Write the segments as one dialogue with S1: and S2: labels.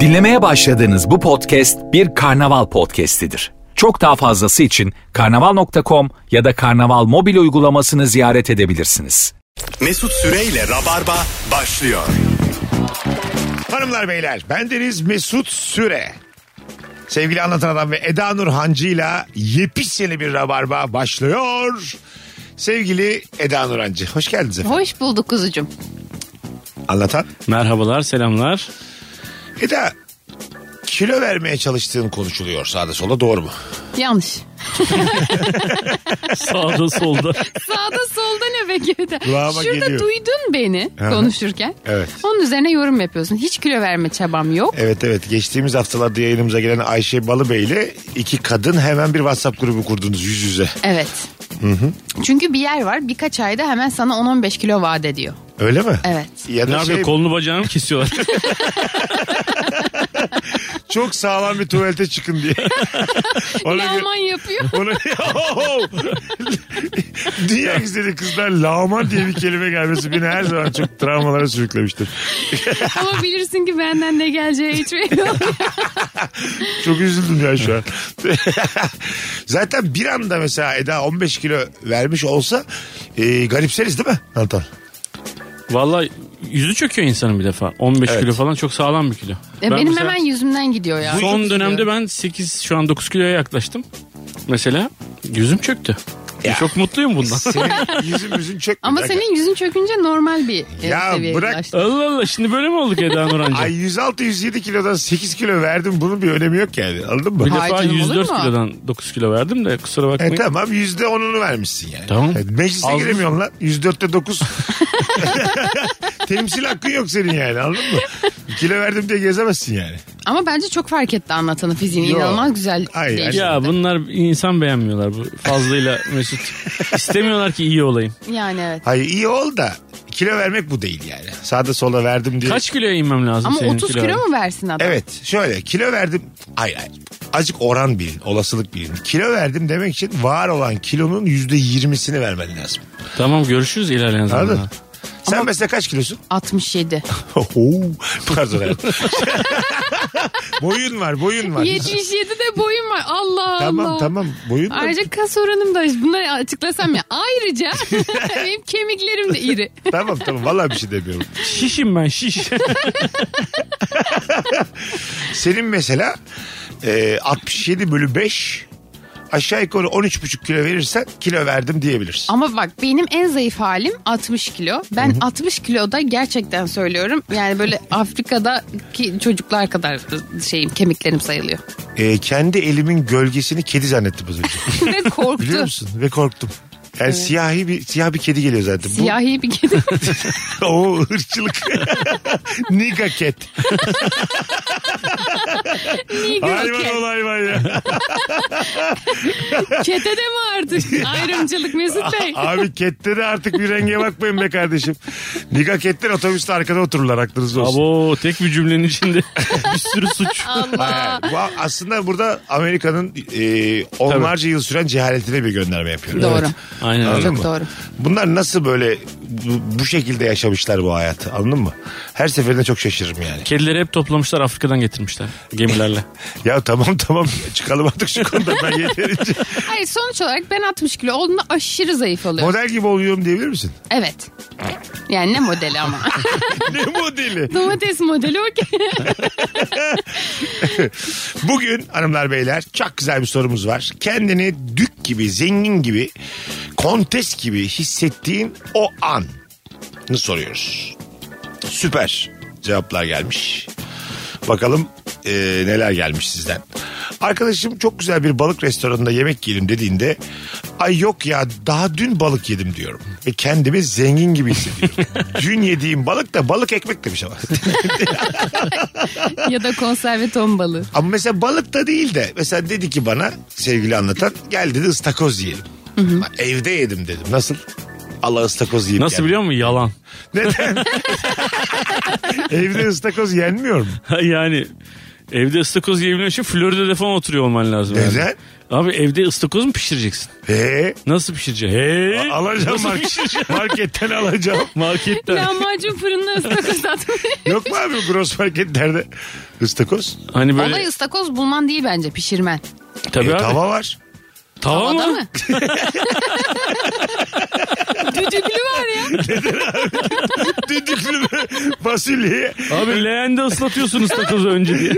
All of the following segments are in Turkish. S1: Dinlemeye başladığınız bu podcast bir karnaval podcastidir. Çok daha fazlası için karnaval.com ya da karnaval mobil uygulamasını ziyaret edebilirsiniz.
S2: Mesut Süreyle Rabarba başlıyor.
S3: Hanımlar beyler bendeniz Mesut Süre. Sevgili Anlatan Adam ve Eda Nur Hancı'yla yepis yeni bir rabarba başlıyor. Sevgili Eda Nur Hancı hoş geldiniz efendim.
S4: Hoş bulduk kuzucum.
S3: Anlatan.
S5: Merhabalar, selamlar.
S3: Eda kilo vermeye çalıştığın konuşuluyor sağda solda doğru mu?
S4: Yanlış.
S5: Sağda solda.
S4: Sağda solda ne be geride?
S3: Kulağıma
S4: Şurada
S3: geliyor.
S4: duydun beni
S3: Aha.
S4: konuşurken.
S3: Evet.
S4: Onun üzerine yorum yapıyorsun. Hiç kilo verme çabam yok.
S3: Evet evet geçtiğimiz haftalarda yayınımıza gelen Ayşe Balıbey ile iki kadın hemen bir WhatsApp grubu kurdunuz yüz yüze.
S4: Evet. Çünkü bir yer var birkaç ayda hemen sana 10-15 kilo vaat ediyor.
S3: Öyle mi?
S4: Evet.
S3: Ya
S5: Ne
S3: da
S5: yapıyor?
S3: şey,
S5: Kolunu bacağını mı kesiyorlar?
S3: çok sağlam bir tuvalete çıkın diye. Ona göre-
S4: Laman yapıyor.
S3: Onu... Dünya güzeli kızlar lağman diye bir kelime gelmesi beni her zaman çok travmalara sürüklemiştir.
S4: Ama bilirsin ki benden ne geleceği hiç belli olmuyor.
S3: Çok üzüldüm ya şu an. Zaten bir anda mesela Eda 15 kilo vermiş olsa e, garipseriz değil mi Antal?
S5: Valla yüzü çöküyor insanın bir defa. 15
S3: Evet.
S5: kilo falan çok sağlam bir kilo.
S4: Ya
S5: Ben
S4: E, Benim
S5: mesela
S4: hemen yüzümden gidiyor ya.
S5: Son dönemde ben 8 şu an 9 kiloya yaklaştım. Mesela yüzüm çöktü. Çok mutluyum bundan.
S3: Senin yüzün yüzün çökmüyor.
S4: Ama
S3: Aga.
S4: senin yüzün çökünce normal bir e,
S3: Ya
S4: seviyeye
S3: bırak.
S4: ulaştın.
S5: Allah Allah şimdi böyle mi olduk Eda Nurancı?
S3: Ay 106-107 kilodan 8 kilo verdim bunun bir önemi yok yani anladın mı?
S5: bir
S4: Ay
S5: defa
S4: canım, olur
S5: 104
S4: mu?
S5: kilodan 9 kilo verdim de kusura
S3: E
S5: bakmayın.
S3: tamam yüzde onunu vermişsin yani.
S5: Tamam.
S3: Evet, Meclise
S5: Az-
S3: giremiyorsun lan. Yüzde dörtte dokuz. Temsil hakkın yok senin yani anladın mı? Kilo verdim diye gezemezsin yani.
S4: Ama bence çok fark etti anlatanı fiziğini.
S3: Yo.
S4: İnanılmaz güzel
S3: Ay,
S4: değişti.
S5: ya bunlar insan beğenmiyorlar bu fazlıyla Mesut. İstemiyorlar ki iyi olayım.
S4: Yani evet.
S3: Hayır iyi ol da kilo vermek bu değil yani. Sağda sola verdim diye.
S5: Kaç kiloya inmem lazım
S4: Ama
S5: senin
S4: 30 kilo,
S5: kiloya?
S4: mu versin adam?
S3: Evet şöyle kilo verdim. Ay ay. Azıcık oran bilin, olasılık bilin. Kilo verdim demek için var olan kilonun yüzde yirmisini vermen lazım.
S5: Tamam görüşürüz ilerleyen
S3: Anladın
S5: zamanda.
S3: mı? Sen mesela kaç kilosun?
S4: 67.
S3: Oo, Pardon hayatım. boyun var, boyun var.
S4: 77 de boyum var. Allah
S3: Tamam
S4: Allah.
S3: tamam boyun var.
S4: Ayrıca kas oranım da bunları açıklasam ya. Ayrıca benim kemiklerim de iri.
S3: tamam tamam vallahi bir şey demiyorum.
S5: Şişim ben şiş.
S3: Senin mesela e, 67 bölü 5 aşağı yukarı 13,5 kilo verirsen kilo verdim diyebilirsin.
S4: Ama bak benim en zayıf halim 60 kilo. Ben 60 kiloda gerçekten söylüyorum. Yani böyle Afrika'daki çocuklar kadar şeyim kemiklerim sayılıyor.
S3: E, kendi elimin gölgesini kedi zannettim az önce.
S4: Ve
S3: Biliyor
S4: korktu.
S3: musun? Ve korktum. Yani siyahi bir siyah bir kedi geliyor zaten. Bu-
S4: Siyahi bir kedi.
S3: o ırkçılık. Niga cat. Hayvan ol hayvan ya.
S4: Çetede mi artık? Ayrımcılık Mesut Bey.
S3: Abi kette de artık bir renge bakmayın be kardeşim. Niga catler otobüste arkada otururlar aklınızda olsun.
S5: Abo tek bir cümlenin içinde bir sürü suç.
S4: Allah.
S3: Bu a- aslında burada Amerika'nın e, onlarca yıl süren cehaletine bir gönderme yapıyorum.
S4: Doğru.
S5: Aynen öyle.
S3: Anladın
S4: Çok
S3: mı?
S4: doğru.
S3: Bunlar nasıl böyle bu, bu şekilde yaşamışlar bu hayatı anladın mı? Her seferinde çok şaşırırım yani.
S5: Kedileri hep toplamışlar Afrika'dan getirmişler gemilerle.
S3: Ya tamam tamam çıkalım artık şu konuda ben yeterince.
S4: Hayır sonuç olarak ben 60 kilo olduğunda aşırı zayıf oluyorum.
S3: Model gibi oluyorum diyebilir misin?
S4: Evet. Yani ne modeli ama.
S3: ne modeli?
S4: Domates modeli okey.
S3: Bugün hanımlar beyler çok güzel bir sorumuz var. Kendini dük gibi, zengin gibi, kontes gibi hissettiğin o anı soruyoruz. Süper cevaplar gelmiş. Bakalım e, neler gelmiş sizden. Arkadaşım çok güzel bir balık restoranında yemek yiyelim dediğinde ay yok ya daha dün balık yedim diyorum. Ve kendimi zengin gibi hissediyorum. dün yediğim balık da balık ekmek demiş ama.
S4: ya da konserve ton balığı.
S3: Ama mesela balık da değil de mesela dedi ki bana sevgili anlatan gel dedi ıstakoz yiyelim. Bak, Evde yedim dedim. Nasıl? Allah ıstakoz yiyip
S5: Nasıl
S3: geldi.
S5: biliyor musun? Yalan.
S3: Neden? Evde ıstakoz yenmiyor mu?
S5: yani Evde ıstakoz yiyebilmek için Florida'da falan oturuyor olman lazım. yani.
S3: Neden?
S5: Abi evde ıstakoz mu pişireceksin?
S3: Ee,
S5: Nasıl pişireceksin? He?
S3: a- alacağım
S5: Nasıl şey?
S3: market, marketten alacağım.
S5: Marketten.
S4: Lahmacun fırında ıstakoz atmayı.
S3: Yok mu abi gross marketlerde ıstakoz?
S5: Hani böyle
S4: Olay ıstakoz bulman değil bence pişirmen.
S5: tabii
S3: E,
S5: abi. Tava,
S3: tava var.
S5: mı?
S4: Havada mı? Düdüklü var ya.
S3: Düdüklü fasulyeyi.
S5: Abi leğende ıslatıyorsun ıstakozu önce diye.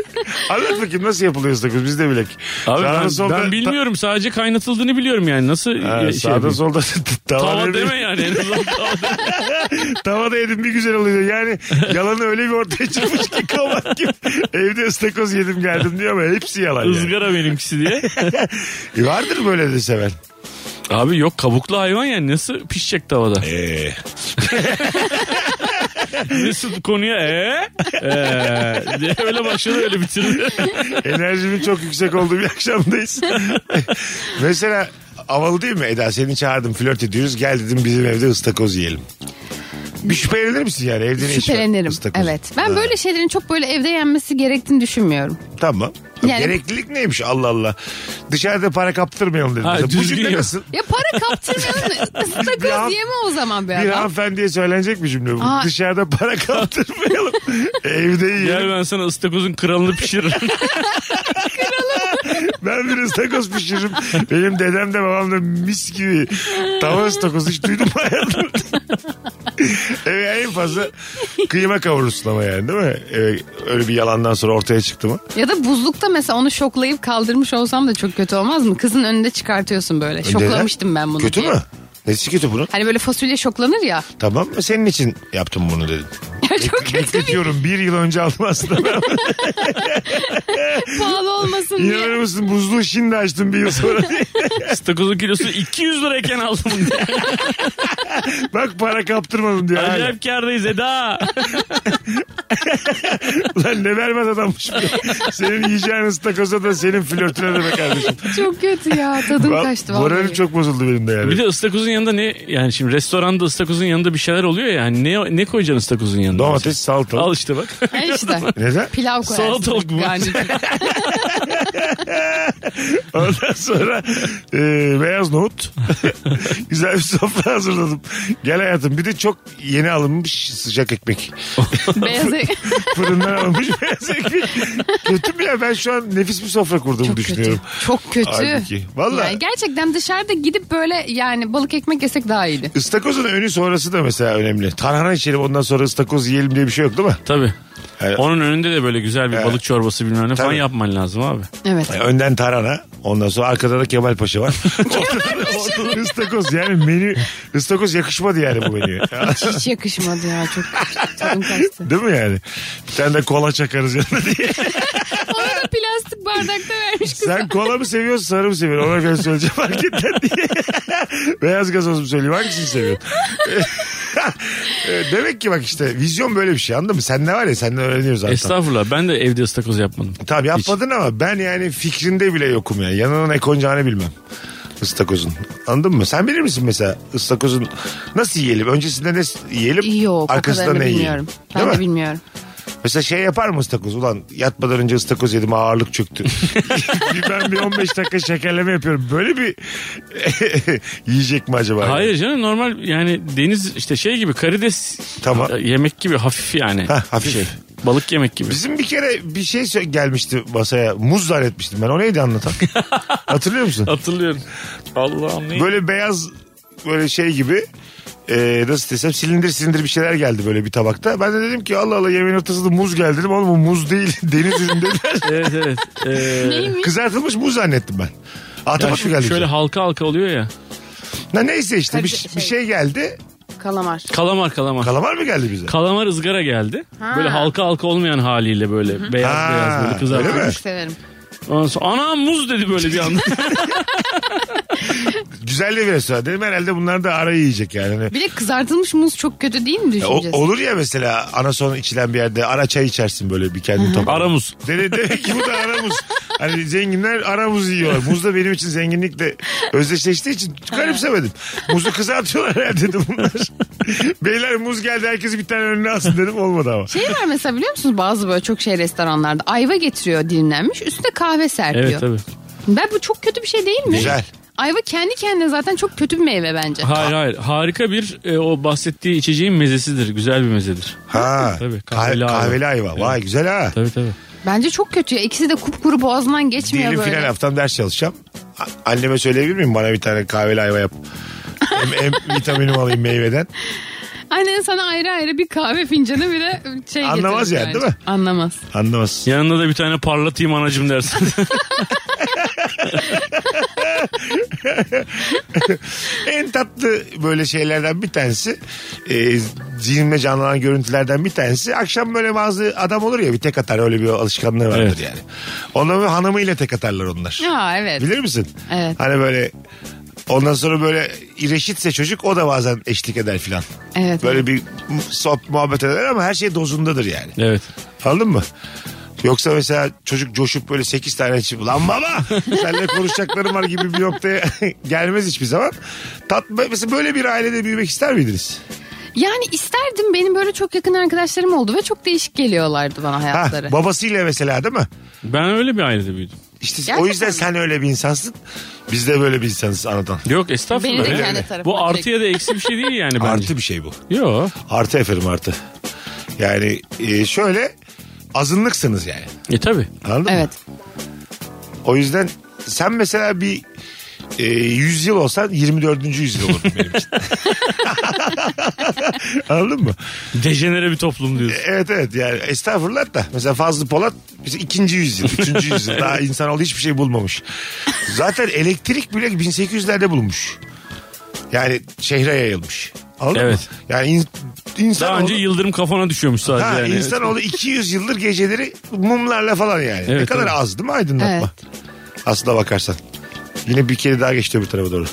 S3: Anlat bakayım nasıl yapılıyor ıstakoz biz de bilek.
S5: Abi
S3: Sağda
S5: ben,
S3: solda-
S5: ben bilmiyorum sadece kaynatıldığını biliyorum yani. Nasıl
S3: Ha,
S5: ya- şey
S3: sağda
S5: yapayım?
S3: solda tava,
S5: Tava
S3: deme,
S5: deme yani. En azından tava deme.
S3: tavada yedim bir güzel oluyor. Yani yalanı öyle bir ortaya çıkmış ki kabak gibi. Evde ıstakoz yedim geldim diyor ama hepsi yalan yani.
S5: Izgara benimkisi diye.
S3: E vardır böyle de seven.
S5: Abi yok kabuklu hayvan yani nasıl pişecek tavada?
S3: Ee,
S5: Mesut konuya ee? Ee, diye öyle başladı öyle bitirdi.
S3: enerjimin çok yüksek olduğu bir akşamdayız. Mesela havalı değil mi Eda seni çağırdım flört ediyoruz gel dedim bizim evde ıstakoz yiyelim. Bir şüphelenir misin yani evde ne iş var?
S4: Şüphelenirim.
S3: Istakoz.
S4: Evet. Ben böyle şeylerin çok böyle evde yenmesi gerektiğini düşünmüyorum.
S3: Tamam.
S4: Yani-
S3: Gereklilik neymiş Allah Allah. Dışarıda para kaptırmayalım dedim.
S5: Ha,
S3: Mesela bu
S5: düzgün
S3: cümle
S5: yok.
S3: nasıl?
S4: Ya para kaptırmayalım. da
S3: Bir han-
S4: ıstakoz yeme o zaman be
S3: Bir
S4: adam.
S3: hanımefendiye söylenecek bir cümle bu.
S4: Aa.
S3: Dışarıda para kaptırmayalım. Evde
S5: Gel
S3: yiyelim.
S5: ben sana ıstakozun kralını pişiririm.
S3: Ben bir ıstakoz pişiririm. Benim dedem de babam da mis gibi tava ıstakoz hiç duydum mu hayatım. Eve en fazla kıyma kavurursun ama yani değil mi? Eve öyle bir yalandan sonra ortaya çıktı mı?
S4: Ya da buzlukta mesela onu şoklayıp kaldırmış olsam da çok kötü olmaz mı? Kızın önünde çıkartıyorsun böyle. Şoklamıştım ben bunu
S3: Kötü
S4: diye.
S3: mü? Nesi kötü bunun?
S4: Hani böyle fasulye şoklanır ya.
S3: Tamam mı? Senin için yaptım bunu dedim.
S4: çok kötü bir
S3: Bekletiyorum bir yıl önce aldım aslında.
S4: pahalı olmasın diye.
S3: İnanır mısın buzluğu şimdi açtım bir yıl sonra. diye.
S5: Istakozun kilosu 200 lirayken aldım bunu. diye.
S3: Bak para kaptırmadım diyor. hala.
S5: Acayip kârdayız Eda.
S3: Lan ne vermez adammış. bu. senin yiyeceğin ıstakoza da senin flörtüne de be kardeşim.
S4: Çok kötü ya. Tadım
S3: Val-
S4: kaçtı
S3: Moralim
S4: vallahi.
S3: çok bozuldu benim de yani.
S5: Bir de ıstakozun yanında ne yani şimdi restoranda ıstakozun yanında bir şeyler oluyor ya hani ne ne koyacaksın ıstakozun yanında?
S3: Domates,
S5: mesela?
S3: salatalık.
S5: Al işte bak.
S4: Ha işte.
S3: Neden?
S4: Pilav koyarsın.
S5: Salatalık bu.
S4: Gancıcık.
S3: Ondan sonra e, beyaz nohut. Güzel bir sofra hazırladım. Gel hayatım. Bir de çok yeni alınmış sıcak ekmek.
S4: Beyaz ek-
S3: Fırından alınmış beyaz ekmek. Kötü mü ya? Ben şu an nefis bir sofra kurduğumu
S4: Çok
S3: düşünüyorum.
S4: kötü. Çok kötü.
S3: Halbuki. Vallahi.
S4: Yani gerçekten dışarıda gidip böyle yani balık ekmek yesek daha iyiydi.
S3: Istakozun önü sonrası da mesela önemli. Tarhana içelim ondan sonra ıstakoz yiyelim diye bir şey yok değil mi?
S5: Tabii.
S3: Evet.
S5: Onun önünde de böyle güzel bir
S3: Evet.
S5: balık çorbası bilmem ne falan
S3: Tabii.
S5: yapman lazım abi.
S4: Evet.
S3: Yani E, önden tarhana ondan sonra arkada da Kemal Paşa var. Ortada da- ortada da ıstakoz yani menü ıstakoz yakışmadı yani bu menüye.
S4: Hiç yakışmadı ya çok. Tadım kaçtı.
S3: Değil mi yani? Bir tane de kola çakarız yanına diye.
S4: Ona da plastik bardakta vermiş kız.
S3: Sen kola mı seviyorsun sarı mı seviyorsun? Ona göre söyleyeceğim marketten diye. Beyaz gazoz mu söyleyeyim? Hangisini seviyorsun? E, Demek ki bak işte vizyon böyle bir şey anladın mı? Sen ne var ya senden öğreniyoruz zaten.
S5: Estağfurullah ben de evde ıstakoz yapmadım.
S3: Tamam yapmadın ama ben yani fikrinde bile yokum ya. Yanına ne konacağını bilmem. Istakozun. Anladın mı? Sen bilir misin mesela ıstakozun nasıl yiyelim? Öncesinde ne yiyelim?
S4: Yok o
S3: arkasında
S4: kadarını
S3: ne yiyelim?
S4: bilmiyorum.
S3: Değil
S4: Ben de
S3: mi?
S4: bilmiyorum.
S3: Mesela şey yapar mı ıstakoz? Ulan yatmadan önce ıstakoz yedim ağırlık çöktü. Bir ben bir 15 dakika şekerleme yapıyorum. Böyle bir yiyecek mi acaba?
S5: Hayır canım normal yani deniz işte şey gibi karides
S3: Tamam.
S5: e, yemek gibi hafif yani.
S3: Hah, hafif.
S5: Balık yemek gibi.
S3: Bizim bir kere bir şey sö- gelmişti masaya. Muz zannetmiştim ben. O neydi anlatan? Hatırlıyor musun?
S5: Hatırlıyorum. Allah'ım ne?
S3: Böyle beyaz böyle şey gibi e, nasıl desem silindir silindir bir şeyler geldi böyle bir tabakta. Ben de dedim ki Allah Allah yemeğin ortasında muz geldi dedim. Oğlum bu muz değil deniz ürünü dediler.
S5: Evet evet. Ee,
S4: Neymiş?
S3: Kızartılmış muz zannettim ben.
S5: ya
S3: Atamak
S5: şu-
S3: mı geldi?
S5: şöyle
S3: bize?
S5: halka halka oluyor ya.
S3: Na, neyse işte bir,
S4: Karışık
S3: bir
S4: şey.
S3: şey geldi.
S4: Kalamar.
S5: Kalamar kalamar.
S3: Kalamar mı geldi bize?
S5: kalamar ızgara geldi.
S4: Ha.
S5: Böyle halka halka olmayan haliyle böyle beyaz
S3: Ha,
S5: beyaz böyle
S3: öyle mi?
S5: kızartılmış.
S4: Severim.
S5: Ondan sonra, Ana muz dedi böyle bir anda.
S3: güzel de bir restoran dedim. Herhalde bunlar da arayı yiyecek yani. Hani
S4: Bir de kızartılmış muz çok kötü değil mi
S3: Ya o-
S4: düşüneceğiz?
S3: olur ya mesela anason içilen bir yerde ara çay içersin böyle bir kendini topla.
S5: Aramuz.
S3: Dedi, demek ki bu da aramuz. Hani zenginler aramuz yiyorlar. Muz da benim için zenginlikle özdeşleştiği için garipsemedim. Muzu kızartıyorlar herhalde dedi bunlar. Beyler muz geldi herkes bir tane önüne alsın dedim olmadı ama.
S4: Şey var mesela biliyor musunuz bazı böyle çok şey restoranlarda ayva getiriyor dilimlenmiş üstüne kahve serpiyor.
S5: Evet tabii.
S4: Ben bu çok kötü bir şey değil mi?
S3: Güzel.
S4: Ayva kendi kendine zaten çok kötü bir meyve bence.
S5: Hayır hayır. Harika bir e, o bahsettiği içeceğin mezesidir. Güzel bir mezedir.
S3: Ha.
S5: Tabii, kahveli
S3: kahveli,
S5: ayva.
S3: kahveli ayva. Vay güzel ha.
S5: Tabii tabii.
S4: Bence çok kötü ya. İkisi de kupkuru boğazından geçmiyor
S3: Diyelim
S4: böyle.
S3: final haftam ders çalışacağım. A- Anneme söyleyebilir miyim bana bir tane kahveli ayva yap. Hem, hem vitaminim alayım meyveden.
S4: Annen sana ayrı ayrı bir kahve fincanı bir de şey
S3: Anlamaz
S4: getirir
S3: yani,
S4: bence.
S3: değil mi?
S4: Anlamaz.
S3: Anlamaz.
S5: Yanında da bir tane parlatayım anacım dersin.
S3: En tatlı böyle şeylerden bir tanesi e, zihnimde canlanan görüntülerden bir tanesi akşam böyle bazı adam olur ya bir tek atar öyle bir alışkanlığı vardır
S5: Evet.
S3: yani. Onlar böyle hanımıyla tek atarlar onlar.
S4: Ya evet.
S3: Bilir misin?
S4: Evet.
S3: Hani böyle ondan sonra böyle reşitse çocuk o da bazen eşlik eder filan.
S4: Evet.
S3: Böyle bir sohbet muhabbet eder ama her şey dozundadır yani.
S5: evet.
S3: Anladın mı? Yoksa mesela çocuk coşup böyle 8 tane içip lan baba seninle konuşacaklarım var gibi bir noktaya gelmez hiçbir zaman. Tat, mesela böyle bir ailede büyümek ister miydiniz?
S4: Yani isterdim benim böyle çok yakın arkadaşlarım oldu ve çok değişik geliyorlardı bana
S3: Ha,
S4: hayatları.
S3: babasıyla mesela değil mi?
S5: Ben öyle bir ailede büyüdüm.
S3: İşte
S4: Gerçekten
S3: o yüzden
S4: mi?
S3: sen öyle bir insansın. Biz de böyle bir insanız anadan.
S5: Yok estağfurullah.
S4: Beni de
S5: Öyle
S4: kendi
S5: mi?
S4: tarafıma
S5: Bu artı
S4: çekti.
S5: ya da eksi bir şey değil yani bence.
S3: Artı bir şey bu.
S5: Yok.
S3: Artı efendim artı. Yani e, şöyle azınlıksınız yani.
S5: E tabi.
S3: Anladın mı?
S4: Evet.
S3: O yüzden sen mesela bir e, 100 yıl olsan 24. yüzyıl olurdun benim için. Anladın mı?
S5: Dejenere bir toplum diyorsun.
S3: Evet evet yani estağfurullah da mesela Fazlı Polat işte ikinci yüzyıl, üçüncü yüzyıl daha insanoğlu hiçbir şey bulmamış. Zaten elektrik bile 1800'lerde bulunmuş. Yani şehre yayılmış. Anladın
S5: Evet.
S3: mı? Yani in, insan
S5: Daha önce yıldırım kafana düşüyormuş sadece
S3: Ha,
S5: yani.
S3: insanoğlu 200 yıldır geceleri mumlarla falan yani. ne
S5: Evet,
S3: kadar
S5: tabii.
S3: az değil mi aydınlatma? Aslına bakarsan. Yine bir kedi daha geçti öbür tarafa doğru.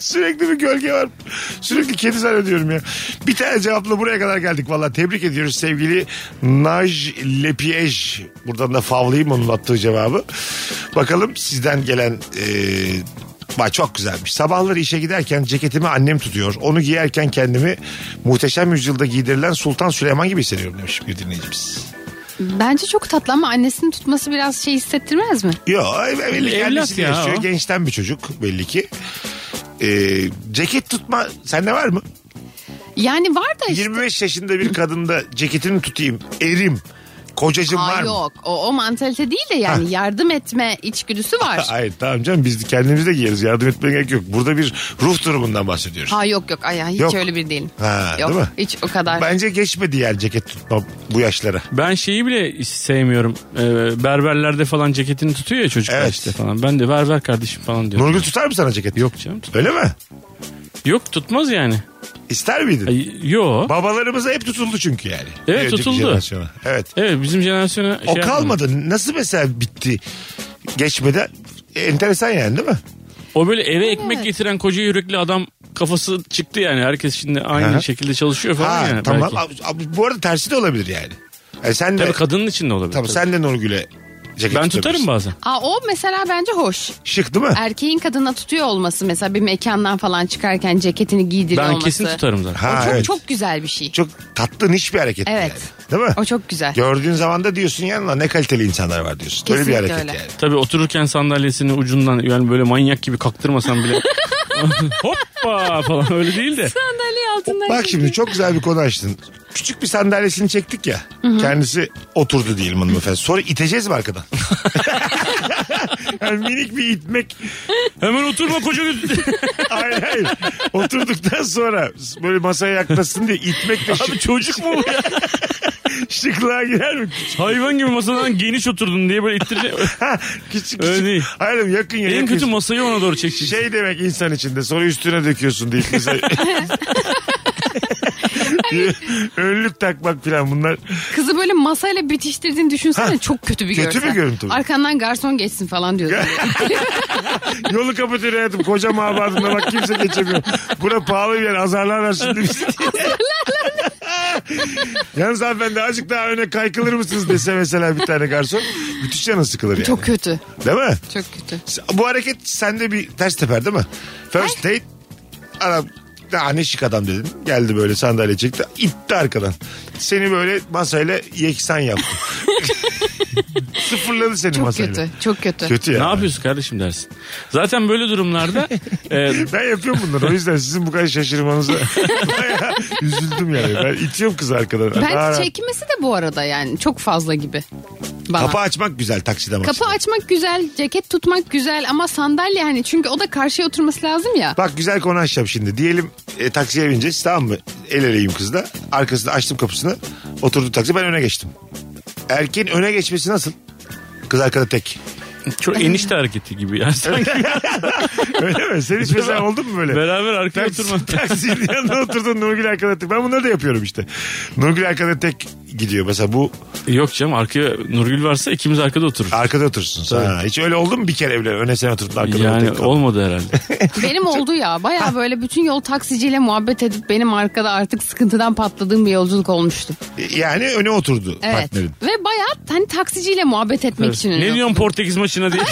S3: Sürekli bir gölge var. Sürekli kedi zannediyorum ya. Bir tane cevapla buraya kadar geldik. Valla tebrik ediyoruz sevgili Naj Lepiej. Buradan da favlayayım onun attığı cevabı. Bakalım sizden gelen... eee, Vay çok güzelmiş. Sabahları işe giderken ceketimi annem tutuyor. Onu giyerken kendimi muhteşem yüzyılda giydirilen Sultan Süleyman gibi hissediyorum demiş bir dinleyicimiz.
S4: Bence çok tatlı ama annesinin tutması biraz şey hissettirmez mi?
S3: Yo ev- belli ki
S5: Evlat
S3: kendisi
S5: ya
S3: yaşıyor.
S5: o.
S3: Gençten bir çocuk belli ki. Ee, ceket tutma sende var mı?
S4: Yani var da işte.
S3: 25 yaşında bir kadında ceketini tutayım erim kocacım
S4: Aa,
S3: var mı?
S4: yok o, o mantalite değil de yani yardım etme içgüdüsü var.
S3: Hayır tamam canım biz kendimiz de giyeriz yardım etmeye gerek yok. Burada bir ruh durumundan bahsediyoruz.
S4: Ha yok yok ay, ay, hiç
S3: Yok.
S4: öyle bir değilim.
S3: Ha,
S4: yok
S3: değil mi?
S4: hiç o kadar.
S3: Bence geçmedi yani ceket tutma bu yaşlara.
S5: Ben şeyi bile sevmiyorum. Ee, berberlerde falan ceketini tutuyor ya çocuklar
S3: Evet.
S5: işte falan. Ben de berber kardeşim falan diyorum.
S3: Nurgül tutar mı sana ceket?
S5: Yok canım. tut-
S3: Öyle mi?
S5: Yok tutmaz yani.
S3: İster miydin?
S5: Ay, Yo.
S3: Babalarımıza hep tutuldu çünkü yani.
S5: Evet,
S3: önceki
S5: tutuldu.
S3: jenerasyona. Evet.
S5: Evet bizim jenerasyona şey
S3: O
S5: yapmadı.
S3: kalmadı. Nasıl mesela bitti? Geçmeden enteresan yani değil mi?
S5: O böyle eve ekmek getiren koca yürekli adam kafası çıktı yani. Herkes şimdi aynı
S3: Aha.
S5: şekilde çalışıyor falan
S3: Ha
S5: yani.
S3: tamam. Ab-
S5: belki.
S3: ab- Bu arada tersi de olabilir yani. E sen de
S5: Tabii kadının için de olabilir.
S3: tamam
S5: tabii.
S3: sen de Nurgül'e ceket
S5: ben
S3: tutabilirsin.
S5: tutarım bazen.
S4: Aa, o mesela bence hoş.
S3: Şık değil mi?
S4: Erkeğin kadına tutuyor olması mesela bir mekandan falan çıkarken ceketini giydiriyor
S5: Ben
S4: olması.
S5: kesin tutarım zaten.
S4: O
S3: Ha,
S4: çok
S3: evet.
S4: çok güzel bir şey.
S3: Çok tatlı niş bir hareket
S4: Evet.
S3: yani. Değil mi?
S4: O çok güzel.
S3: Gördüğün zaman da diyorsun yanına ne kaliteli insanlar var diyorsun. böyle bir
S4: Kesinlikle
S3: hareket
S4: öyle.
S3: yani.
S5: Tabii otururken sandalyesini ucundan yani böyle manyak gibi kaktırmasan bile hoppa falan öyle değil de.
S4: Sandalye altından.
S3: Bak şimdi çok güzel bir konu açtın. Küçük bir sandalyesini çektik ya. Kendisi oturdu diyelim hanımefendi. Sonra iteceğiz mi arkadan? yani minik bir itmek
S5: Hemen oturma koca
S3: Hayır hayır. Oturduktan sonra böyle masaya yaklaşsın diye itmek de şık,
S5: Abi çocuk mu bu ya?
S3: şıklığa girer mi?
S5: Hayvan gibi masadan geniş oturdun diye böyle ittirecek.
S3: küçük
S5: Öyle
S3: küçük.
S5: değil.
S3: Hayır oğlum, yakın ya.
S5: en
S3: yakın.
S5: kötü masayı ona doğru çekeceksin.
S3: şey demek insan içinde sonra üstüne döküyorsun deyip mesela Önlük takmak falan bunlar.
S4: Kızı böyle masayla bitiştirdiğini düşünsene çok kötü bir
S3: kötü
S4: görsel.
S3: bir görüntü bu.
S4: Arkandan garson geçsin falan diyorsun.
S3: Yolu kapatıyor hayatım. Koca mağabadında bak kimse geçemiyor. Buna pahalı bir yer. Azarlarlar şimdi bizi. Yalnız hanımefendi azıcık daha öne kaykılır mısınız dese mesela bir tane garson. Müthiş canı sıkılır yani.
S4: çok kötü.
S3: Değil mi?
S4: Çok kötü.
S3: Bu hareket sende bir ters teper değil mi? First date adam daha ne şık adam dedin. Geldi böyle sandalye çekti. itti arkadan. Seni böyle masayla yeksan yaptı. Sıfırladı seni
S4: Çok
S3: masayla.
S4: kötü. Çok kötü.
S3: Kötü ya.
S5: Ne yapıyorsun kardeşim dersin. Zaten böyle durumlarda e,
S3: Ben yapıyorum bunları. O yüzden sizin bu kadar şaşırmanıza bayağı üzüldüm yani. Ben itiyorum kızı arkadan. Daha
S4: Ben
S3: rahat.
S4: çekmesi de bu arada yani çok fazla gibi. Bana.
S3: Kapı açmak güzel takside ama.
S4: Kapı açmak güzel, ceket tutmak güzel ama sandalye hani çünkü o da karşıya oturması lazım ya.
S3: Bak güzel konu açacağım şimdi. Diyelim e, taksiye bineceğiz tamam mı? El eleyim kızla. Arkasını açtım kapısını. Oturdu taksi ben öne geçtim. Erkeğin öne geçmesi nasıl? Kız arkada tek.
S5: çok enişte hareketi gibi ya. Sanki
S3: Öyle mi? Sen hiç mesela oldun mu böyle?
S5: beraber arkaya oturma.
S3: Taksi, taksinin yanına oturdun Nurgül arkada tek. Ben bunları da yapıyorum işte. Nurgül arkada tek gidiyor. Mesela bu
S5: Yok canım arkaya Nurgül varsa ikimiz arkada otururuz.
S3: Arkada otursun. Ha, hiç öyle oldu mu bir kere evlen? Öne sen oturdun arkada.
S5: Yani
S3: Yani
S5: olmadı herhalde.
S4: Benim oldu ya baya böyle bütün yol taksiciyle muhabbet edip benim arkada artık sıkıntıdan patladığım bir yolculuk olmuştu.
S3: E, Yani öne oturdu
S4: Evet.
S3: partnerin.
S4: Ve baya hani taksiciyle muhabbet etmek için.
S5: ne
S4: ünlü.
S5: diyorsun Portekiz maçına diye.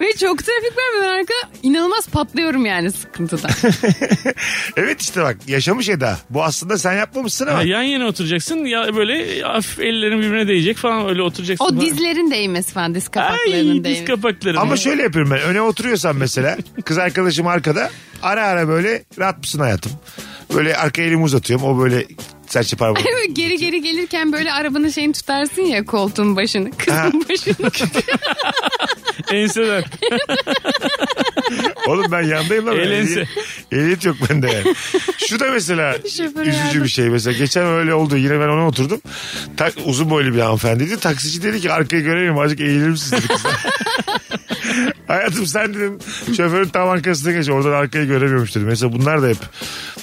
S4: Ve çok trafik var ben arkada inanılmaz patlıyorum yani sıkıntıdan.
S3: Evet işte bak yaşamış Eda. Bu aslında sen yapmamışsın ama.
S5: Ha, yan yana oturacaksın ya böyle hafif ellerin birbirine değecek falan öyle oturacaksın.
S4: o
S5: falan.
S4: dizlerin değmesi falan diz kapaklarının
S5: Ay diz
S4: değmesi.
S5: kapakları.
S3: Ama şöyle yapıyorum ben. Öne oturuyorsam mesela kız arkadaşım arkada ara ara böyle rahat mısın hayatım? Böyle arka elimi uzatıyorum. O böyle serçe parmağı.
S4: Böyle geri geri gelirken böyle arabanın şeyini tutarsın ya koltuğun başını, kızın başını.
S5: Enseden.
S3: Oğlum ben yandayım lan.
S5: Eğlense.
S3: Ehliyet yok bende yani. Şu da mesela
S4: Şoföre
S3: üzücü
S4: yardım.
S3: bir şey mesela. Geçen öyle oldu. Yine ben ona oturdum. Tak, uzun boylu bir hanımefendiydi. Taksici dedi ki arkaya göremiyorum. Azıcık eğilir misiniz dedi kıza. Hayatım sen dedim şoförün tam arkasına geç. Oradan arkayı göremiyormuş dedim. Mesela bunlar da hep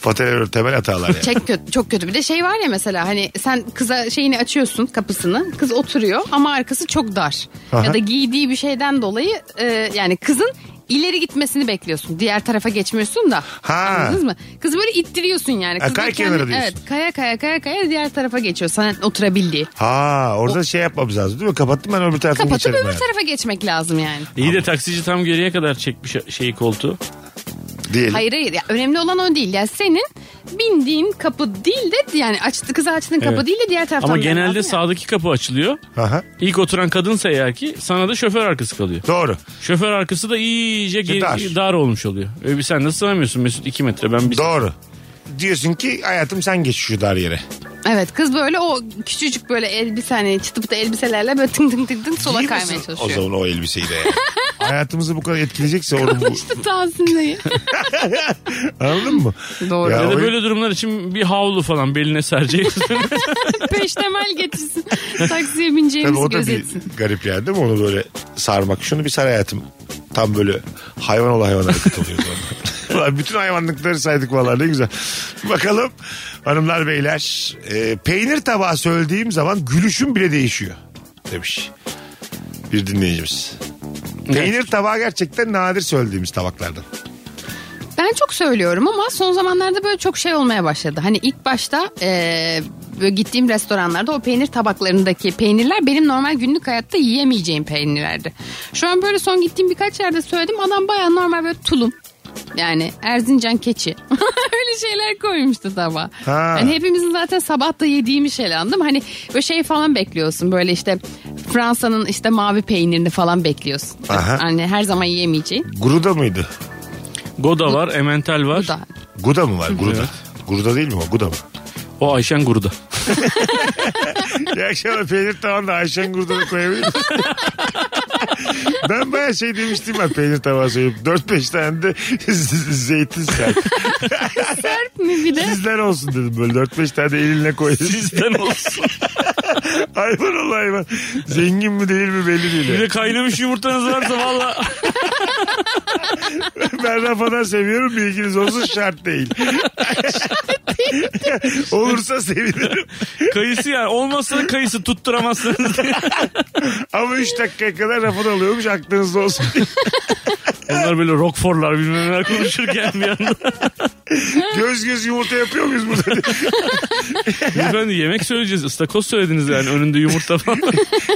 S3: fataleler, temel hatalar yani.
S4: Çek kötü, çok kötü. Bir de şey var ya mesela hani sen kıza şeyini açıyorsun kapısını. Kız oturuyor ama arkası çok dar.
S3: Aha.
S4: Ya da giydiği bir şeyden dolayı e, yani kızın ileri gitmesini bekliyorsun. Diğer tarafa geçmiyorsun da.
S3: Ha.
S4: Anladınız mı? Kız böyle ittiriyorsun yani.
S3: Ha,
S4: Kız da
S3: kay
S4: kendi-
S3: kenara diyorsun.
S4: Evet kaya kaya kaya kaya diğer tarafa geçiyor. Sana oturabildiği.
S3: Ha orada şey yapmamız lazım değil mi? Kapattım ben öbür tarafını
S4: Kapatıp
S3: geçerim.
S4: öbür
S3: yani.
S4: tarafa geçmek lazım yani.
S5: İyi de taksici tam geriye kadar çekmiş şeyi koltuğu.
S3: Diyelim.
S4: Hayır hayır ya önemli olan o değil. Yani senin bindiğin kapı değil de yani açtı kıza açtığın kapı
S5: Evet.
S4: değil de diğer taraftan.
S5: Ama
S4: girmen lazım
S5: genelde
S4: ya.
S5: sağdaki kapı açılıyor.
S3: Aha.
S5: İlk oturan kadınsa eğer ki sana da şoför arkası kalıyor.
S3: Doğru.
S5: Şoför arkası da iyice geri-
S3: Dar.
S5: dar. olmuş oluyor. Öyle bir sen nasıl sığamıyorsun Mesut 2 metre ben bir...
S3: Doğru. Diyorsun ki hayatım sen geç şu dar yere.
S4: Evet kız böyle o küçücük böyle elbise hani çıtı pıtı elbiselerle böyle tın tın tın tın sola
S3: Giy
S4: kaymaya
S3: misin
S4: çalışıyor.
S3: O zaman o elbiseyi de. yani. Hayatımızı bu kadar etkileyecekse onu bu...
S4: İşte Tahsin'leyi.
S3: Anladın mı?
S4: Doğru.
S3: Ya
S5: Ya da
S3: o-
S5: böyle durumlar için bir havlu falan beline sereceksin.
S4: Peştemal getirsin. Taksiye
S3: Tabii
S4: bineceğimizi
S3: o da bir
S4: gözetsin.
S3: garip yani değil mi? Onu böyle sarmak. Şunu bir sar hayatım. Tam böyle hayvan ola hayvan hareket oluyor. sonra. Ulan bütün hayvanlıkları saydık vallahi ne güzel. Bakalım hanımlar beyler. Ee, peynir tabağı söylediğim zaman gülüşüm bile değişiyor demiş. Bir dinleyicimiz. Peynir tabağı gerçekten nadir söylediğimiz tabaklardan.
S4: Ben çok söylüyorum ama son zamanlarda böyle çok şey olmaya başladı. Hani ilk başta eee, böyle gittiğim restoranlarda o peynir tabaklarındaki peynirler benim normal günlük hayatta yiyemeyeceğim peynirlerdi. Şu an böyle son gittiğim birkaç yerde söyledim adam baya normal böyle tulum. Yani Erzincan keçi. Öyle şeyler koymuştu tabağa.
S3: Ha.
S4: Hani hepimizin zaten sabah da yediğimiz şeyler anladın mı? Hani böyle şey falan bekliyorsun. Böyle işte Fransa'nın işte mavi peynirini falan bekliyorsun.
S3: Aha.
S4: Hani her zaman yiyemeyeceğin.
S3: Gruda mıydı?
S5: Goda var, Emmental var.
S4: Bu da
S3: Guda mı var? Guruda. Guruda değil mi o? Guda mı?
S5: O Ayşen Guru'da.
S3: İyi akşamlar peynir tavanda Ayşen Gurdan'ı koyabilir misin? ben bayağı şey demiştim ben peynir tabağı söyleyip 4-5 tane de zeytin sen.
S4: sert mi bir de?
S3: Sizden olsun dedim böyle 4-5 tane de eline koy.
S5: Sizden olsun.
S3: hayvan ol hayvan. Zengin mi değil mi belli değil.
S5: bir
S3: yani.
S5: de kaynamış yumurtanız varsa valla
S3: ben rafadan seviyorum bilginiz olsun şart değil. Olursa sevinirim.
S5: Kayısı yani. Olmazsa da kayısı tutturamazsınız.
S3: Ama 3 dakikaya kadar rafın alıyormuş aklınızda olsun.
S5: Onlar böyle rockforlar bilmem neler konuşurken bir anda.
S3: göz göz yumurta yapıyor muyuz burada?
S5: Beyefendi yemek söyleyeceğiz. Istakoz söylediniz yani önünde yumurta falan.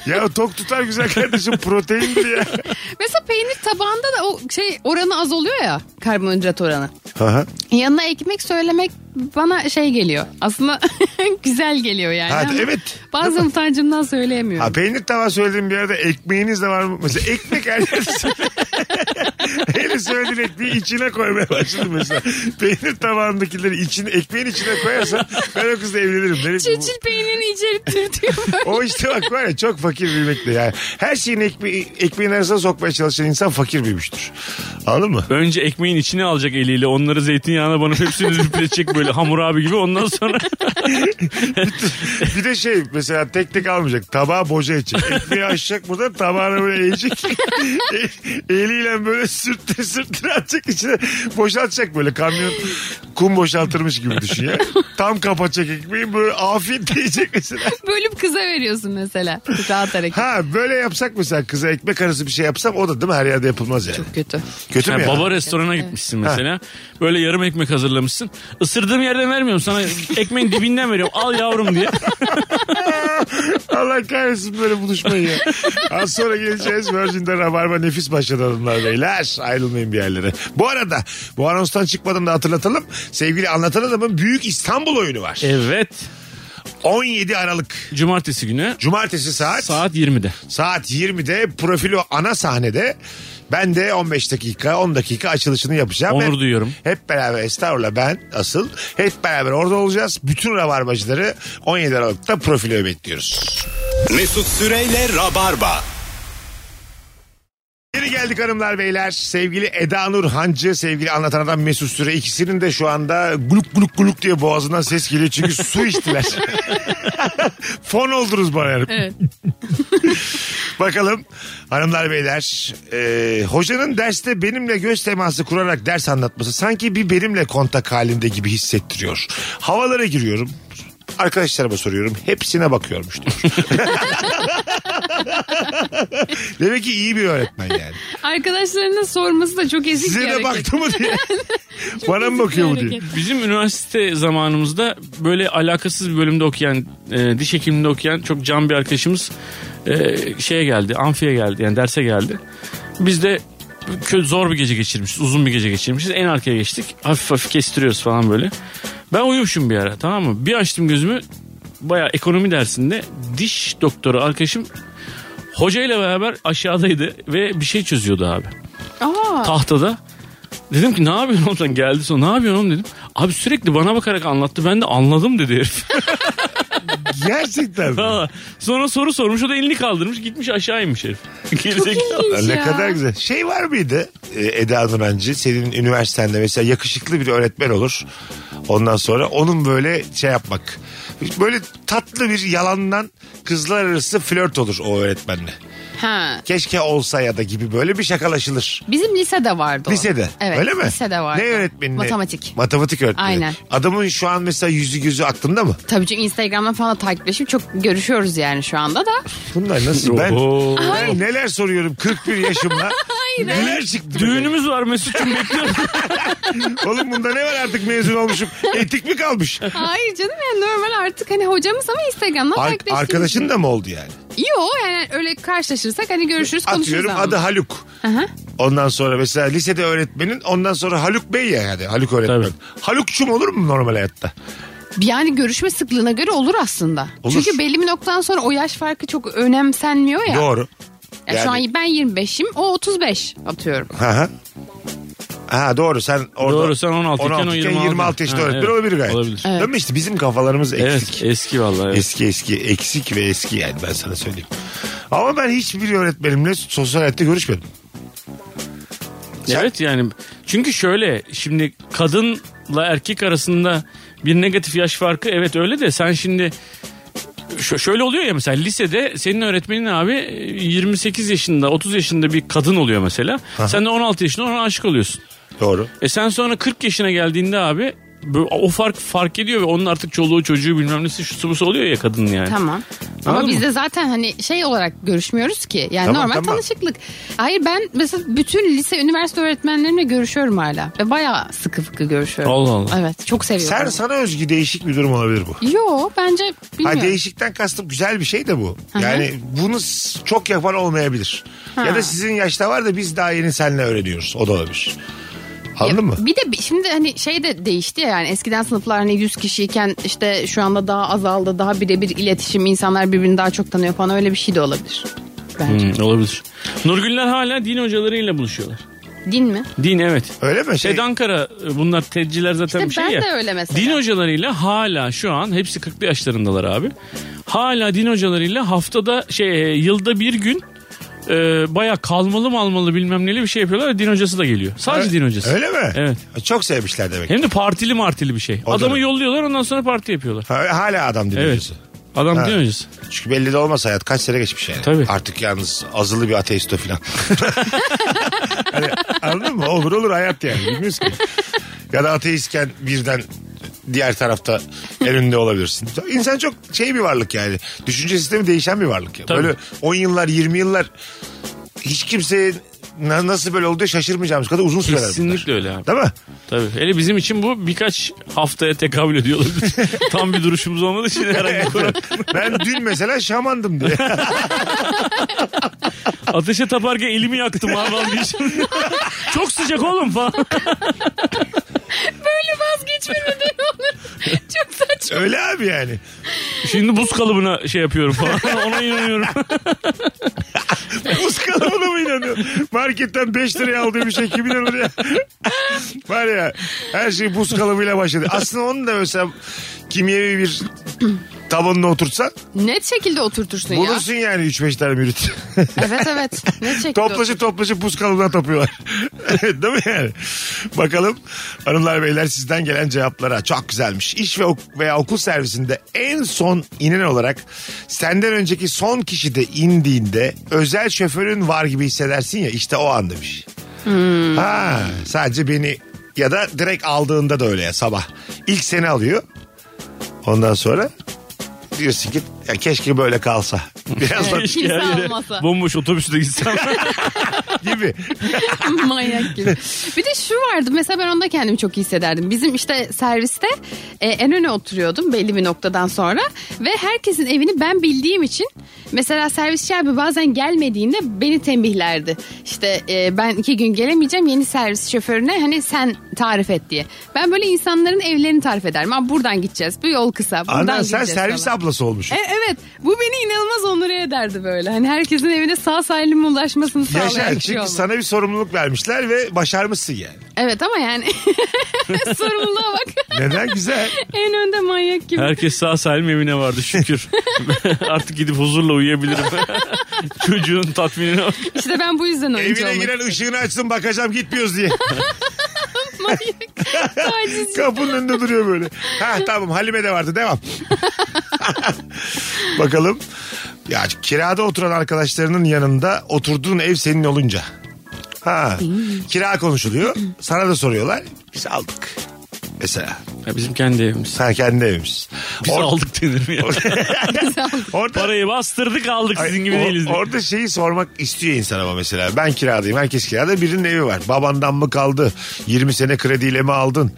S3: ya tok tutar güzel kardeşim proteindir ya.
S4: Mesela peynir tabağında da o şey oranı az oluyor ya karbonhidrat oranı.
S3: Aha.
S4: Yanına ekmek söylemek bana şey geliyor. Aslında güzel geliyor yani.
S3: Ha,
S4: Ama
S3: evet.
S4: Bazen utancımdan söyleyemiyorum.
S3: Ha, peynir tava söylediğim bir yerde ekmeğiniz de var mı? Mesela ekmek her yerde söyle- Hele söylediğin ekmeği içine koymaya başladım mesela. Peynir tabağındakileri içine, ekmeğin içine koyarsan ben o kızla evlenirim. Derim ki bu-
S4: Çiçil peynirini içeri tırtıyor böyle.
S3: O işte bak var ya çok fakir bilmekle yani. Her şeyin ekme ekmeğin arasına sokmaya çalışan insan fakir bilmiştir. Anladın mı?
S5: Önce ekmeğin içine alacak eliyle. Onları zeytinyağına banıp hepsini üfletecek böyle hamur abi gibi. Ondan sonra
S3: Bir de şey mesela tek tek almayacak. Tabağı boca edecek. Ekmeği açacak buradan tabağına böyle eğecek. E- Eliyle böyle sürtte sürtte atacak içine. Boşaltacak böyle kamyon kum boşaltırmış gibi düşün ya. Tam kapatacak ekmeği böyle afiyet diyecek mesela.
S4: Bölüp kıza veriyorsun mesela. Rahat hareket.
S3: Ha böyle yapsak mesela kıza ekmek arası bir şey yapsam o da değil mi her yerde yapılmaz yani.
S4: Kötü.
S3: Kötü mü
S5: Yani
S3: ya?
S5: baba restorana gitmişsin mesela. Böyle yarım ekmek hazırlamışsın. Isırdığım yerden vermiyorum sana. Ekmeğin dibinden veriyorum. Al yavrum diye.
S3: Allah kahretsin böyle buluşmayı ya. Az sonra geleceğiz. Virgin'de Rabarba nefis başladı hanımlar beyler. Ayrılmayın bir yerlere. Bu arada bu anonstan çıkmadan da hatırlatalım. Sevgili anlatan adamın büyük İstanbul oyunu var.
S5: Evet.
S3: 17 Aralık.
S5: Cumartesi günü
S3: Cumartesi saat saat,
S5: saat 20'de.
S3: 20'de profilo ana sahnede. Ben de 15 dakika 10 dakika açılışını yapacağım.
S5: Onur
S3: Hep-
S5: duyuyorum.
S3: Hep beraber estağfurullah ben asıl hep beraber orada olacağız. Bütün rabarbacıları 17 Aralık'ta profilo bekliyoruz.
S2: Mesut Süreyle Rabarba.
S3: Geri geldik hanımlar beyler. Sevgili Eda Nur Hancı, sevgili anlatan adam Mesut Süre ikisinin de şu anda gluk gluk gluk diye boğazından ses geliyor çünkü su içtiler. Fon oldunuz bana yani.
S4: Evet.
S3: Bakalım hanımlar beyler. e, hocanın derste benimle göz teması kurarak ders anlatması sanki bir benimle kontak halinde gibi hissettiriyor. Havalara giriyorum. Arkadaşlarıma soruyorum. Hepsine bakıyormuş diyor. Demek ki iyi bir öğretmen yani.
S4: Arkadaşlarına sorması da çok ezik bir
S3: Size de
S4: hareket.
S3: baktı mı diye. Bana mı
S4: ezik
S3: bakıyor mu
S4: bir
S3: diye.
S4: hareket.
S5: Bizim üniversite zamanımızda böyle alakasız bir bölümde okuyan, e, diş hekimliğinde okuyan çok can bir arkadaşımız e, şeye geldi, amfiye geldi yani derse geldi. Biz de kö- zor bir gece geçirmişiz, uzun bir gece geçirmişiz. En arkaya geçtik. Hafif hafif kestiriyoruz falan böyle. Ben uyumuşum bir ara tamam mı? Bir açtım gözümü bayağı ekonomi dersinde diş doktoru arkadaşım hocayla beraber aşağıdaydı ve bir şey çözüyordu abi
S4: Aa,
S5: tahtada. Dedim ki ne yapıyorsun oğlum sen geldi sonra ne yapıyorsun oğlum dedim. Abi sürekli bana bakarak anlattı ben de anladım dedi herif.
S3: Gerçekten mi?
S5: Valla. sonra soru sormuş o da elini kaldırmış gitmiş aşağı inmiş herif. Gerizekalı.
S4: iyiymiş
S3: Ne
S4: ya.
S3: kadar güzel. Şey var mıydı e, Eda Nurancı senin üniversitende mesela yakışıklı bir öğretmen olur. Ondan sonra onun böyle şey yapmak. Böyle tatlı bir yalandan kızlar arası flört olur o öğretmenle.
S4: Ha.
S3: Keşke olsa ya da gibi böyle bir şakalaşılır.
S4: Bizim lisede vardı o.
S3: Lisede.
S4: Evet,
S3: Öyle mi?
S4: Lisede vardı.
S3: Ne öğretmenine?
S4: Matematik.
S3: Matematik öğretmeni.
S4: Aynen.
S3: Adamın şu an mesela yüzü gözü aklında mı?
S4: Tabii çünkü Instagram'dan falan takipleşip çok görüşüyoruz yani şu anda da.
S3: Bunlar nasıl? ben,
S5: Oho.
S3: ben neler soruyorum 41 yaşımda. neler çıktı?
S5: Düğünümüz var Mesut'cum bekliyorum.
S3: Oğlum bunda ne var artık mezun olmuşum? Etik mi kalmış?
S4: Hayır canım yani normal artık hani hocamız ama Instagram'dan
S3: Ar-
S4: takipleştiğimiz.
S3: arkadaşın da mı oldu yani?
S4: Yok yani öyle karşılaşırsak hani görüşürüz konuşuruz
S3: Atıyorum
S4: ama.
S3: adı Haluk.
S4: Aha.
S3: Ondan sonra mesela lisede öğretmenin ondan sonra Haluk Bey ya yani Haluk öğretmen.
S5: Tabii.
S3: Halukçum olur mu normal hayatta?
S4: Yani görüşme sıklığına göre olur aslında.
S3: Olur.
S4: Çünkü belli bir noktadan sonra o yaş farkı çok önemsenmiyor ya.
S3: Doğru.
S4: Ya
S3: Yani-
S4: Şu an ben 25'im o 35 atıyorum.
S3: Hı hı. Ha doğru sen orada
S5: Doğru, sen 16 iken o 26.
S3: 26 yaşında
S5: Ha,
S3: öğretmen
S5: evet.
S3: olabilir gayet.
S5: Olabilir.
S4: Evet.
S3: Değil mi işte bizim kafalarımız eksik.
S5: evet eski vallahi. evet.
S3: Eski eski eksik ve eski yani ben sana söyleyeyim. Ama ben hiçbir öğretmenimle sosyal hayatta görüşmedim. Sen-
S5: Evet yani çünkü şöyle şimdi kadınla erkek arasında bir negatif yaş farkı evet öyle de sen şimdi şö- şöyle oluyor ya mesela lisede senin öğretmenin abi 28 yaşında 30 yaşında bir kadın oluyor mesela. Sen de 16 yaşında ona aşık oluyorsun.
S3: Doğru.
S5: E sen sonra 40 yaşına geldiğinde abi böyle- o fark fark ediyor ve onun artık çoluğu çocuğu bilmem nesi şusu busu oluyor ya kadının yani.
S4: Tamam.
S5: Anladın
S4: Ama biz
S5: mı?
S4: de zaten hani şey olarak görüşmüyoruz ki. Yani
S3: Tamam,
S4: normal
S3: tamam.
S4: tanışıklık. Hayır ben mesela bütün lise, üniversite öğretmenlerimle görüşüyorum hala. Ve bayağı sıkı fıkı görüşüyorum.
S5: Allah Allah.
S4: Evet çok seviyorum.
S3: Sen sana özgü değişik bir durum olabilir bu.
S4: Yo bence bilmiyorum.
S3: Ha, değişikten kastım güzel bir şey de bu.
S4: hı.
S3: Yani bunu s- çok yapan olmayabilir. Ya da sizin yaşta var da biz daha yeni seninle öğreniyoruz. O da olabilir. Anladın mı?
S4: Bir de bi- şimdi hani şey de değişti ya yani eskiden sınıflar hani 100 kişiyken işte şu anda daha azaldı daha birebir iletişim insanlar birbirini daha çok tanıyor falan öyle bir şey de olabilir. Bence.
S5: Hı, Hmm, olabilir. Nurgüller hala din hocalarıyla buluşuyorlar.
S3: Hmm.
S4: Din mi?
S5: Din evet.
S3: Öyle mi? Şey,
S5: TED Ankara e, bunlar TED'ciler zaten
S4: İşte
S5: bir şey
S4: ben
S5: ya.
S4: de öyle mesela.
S5: Din hocalarıyla hala şu an hepsi 40'lı yaşlarındalar abi. Hala din hocalarıyla haftada şey e, yılda bir gün e, baya kalmalı malmalı bilmem neli bir şey yapıyorlar. Din hocası da geliyor. Sadece din hocası.
S3: Öyle mi?
S5: Evet.
S3: Çok sevmişler demek.
S5: Hem de partili martili bir şey.
S3: O da
S5: Adamı
S3: öyle.
S5: yolluyorlar ondan sonra parti yapıyorlar.
S3: Ha, hala adam
S5: Evet.
S3: dinliyorsun.
S5: Adam
S3: Ha.
S5: din hocası.
S3: Çünkü belli de olmaz hayat kaç sene geçmiş yani.
S5: Tabii.
S3: Artık yalnız azılı bir ateist o filan. hani, anladın mı? Olur olur hayat yani. Bilmiyoruz ki. Ya da ateistken birden diğer tarafta en önünde olabilirsin. İnsan çok şey bir varlık yani. Düşünce sistemi değişen bir varlık. Ya.
S5: Tabii.
S3: Böyle 10 yıllar 20 yıllar hiç kimseye na- nasıl böyle olduğu şaşırmayacağımız kadar uzun süreler. bunlar.
S5: Kesinlikle öyle abi.
S3: Değil mi?
S5: Tabii. Hele bizim için bu birkaç haftaya tekabül ediyor olabilir. Tam bir duruşumuz olmadığı için herhangi bir konu.
S3: Ben dün mesela şamandım diye.
S5: Ateşe taparken elimi yaktım abi vazgeçtim. Çok sıcak oğlum falan.
S4: Böyle vazgeçmemeden olur. çok saçma.
S3: Öyle abi yani.
S5: Şimdi buz kalıbına şey yapıyorum falan. Ona inanıyorum.
S3: Buz kalıbına mı inanıyorsun? Marketten 5 liraya aldığım bir şey kim inanır ya? Var ya her şey buz kalıbıyla başladı. Aslında onu da mesela kimyevi bir tabanına oturtsan
S4: Net şekilde oturtursun ya.
S3: bulursun yani 3-5 tane mürit.
S4: Evet evet. Net şekilde oturtursun.
S3: toplaşı toplaşı buz kalıbına tapıyorlar. Değil mi yani? Bakalım hanımlar beyler sizden gelen cevaplara. Çok güzelmiş. İş ve ok- veya okul servisinde en son inen olarak senden önceki son kişi de indiğinde özel şoförün var gibi hissedersin ya işte o an demiş. Ha, sadece beni ya da direkt aldığında da öyle ya sabah. İlk seni alıyor. Ondan sonra diyorsun ki ya keşke böyle kalsa. Biraz da
S4: Kimse almasa.
S5: Bomboş otobüste gitsem.
S3: gibi.
S4: Manyak gibi. Bir de şu vardı mesela ben onda kendimi çok iyi hissederdim. Bizim işte serviste e, en öne oturuyordum belli bir noktadan sonra ve herkesin evini ben bildiğim için mesela servisçi abi bazen gelmediğinde beni tembihlerdi. İşte e, ben iki gün gelemeyeceğim yeni servis şoförüne hani sen tarif et diye. Ben böyle insanların evlerini tarif ederim. Aa, buradan gideceğiz bu yol kısa buradan
S3: Ana sen
S4: gideceğiz
S3: servis
S4: falan.
S3: ablası olmuşsun.
S4: E, evet bu beni inanılmaz onur ederdi böyle. Hani herkesin evine sağ salim ulaşmasını sağlayan
S3: Yaşa
S4: bir
S3: çünkü
S4: şey olmalı.
S3: sana bir sorumluluk vermişler ve başarmışsın yani.
S4: Evet ama yani sorumluluğa bak.
S3: Neden güzel?
S4: en önde manyak gibi.
S5: Herkes sağ salim evine vardı şükür. Artık gidip huzurla uyuyabilirim. Çocuğun tatminine bak.
S4: İşte ben bu yüzden oyuncu
S3: Evine
S4: olmak
S3: giren ışığını açsın bakacağım gitmiyoruz diye.
S4: manyak. Tacizci.
S3: Kapının önünde duruyor böyle. Ha tamam Halime de vardı devam. Bakalım. Ya kirada oturan arkadaşlarının yanında oturduğun ev senin olunca. Ha. Kira konuşuluyor. Sana da soruyorlar. Biz aldık. Mesela.
S5: Ya bizim kendi evimiz.
S3: Sen kendi evimiz.
S5: Biz aldık denir mi ya?
S3: Orada
S5: Parayı bastırdık aldık
S3: Ay,
S5: sizin gibi
S3: o-
S5: değiliz.
S3: Orada şeyi sormak istiyor insan ama mesela. Ben kiradayım. Herkes kirada. Birinin evi var. Babandan mı kaldı? 20 sene krediyle mi aldın?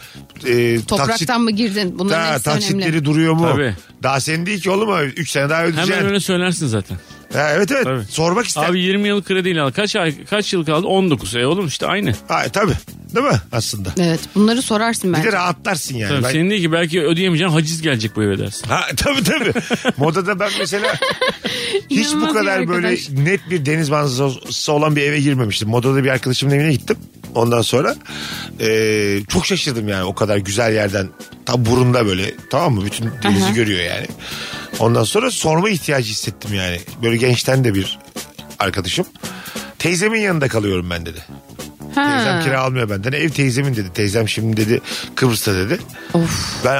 S3: Ee, taksit-
S4: Topraktan mı girdin? Bunların
S3: Ha,
S4: hepsi
S3: taksitleri
S4: önemli.
S3: duruyor mu?
S5: Tabii.
S3: Daha senin değil ki oğlum. 3 sene daha ödeyeceksin.
S5: Hemen öyle söylersin zaten.
S3: Ha, evet evet.
S5: Tabii.
S3: Sormak ister.
S5: Abi 20 yıl krediyle al. Kaç ay kaç yıl kaldı? 19. E oğlum işte aynı.
S3: Ha, tabii. Değil mi aslında?
S4: Evet bunları sorarsın
S3: Bir de
S4: bence.
S3: rahatlarsın yani.
S5: Tabii,
S3: Ben-
S5: Senin değil ki belki ödeyemeyeceksin haciz gelecek bu eve dersin.
S3: Ha, tabii tabii. Modada ben mesela hiç bu
S4: İnanılmaz bir
S3: kadar böyle
S4: arkadaş.
S3: net bir deniz manzarası olan bir eve girmemiştim. Modada bir arkadaşımın evine gittim. Ondan sonra e, çok şaşırdım yani o kadar güzel yerden tam burunda böyle tamam mı bütün denizi
S4: Aha.
S3: görüyor yani. Ondan sonra sorma ihtiyacı hissettim yani. Böyle gençten de bir arkadaşım. Teyzemin yanında kalıyorum ben dedi. Teyzem
S4: Ha.
S3: kira almıyor benden. Ev teyzemin dedi. Teyzem şimdi dedi Kıbrıs'ta dedi.
S4: Of.
S3: Ben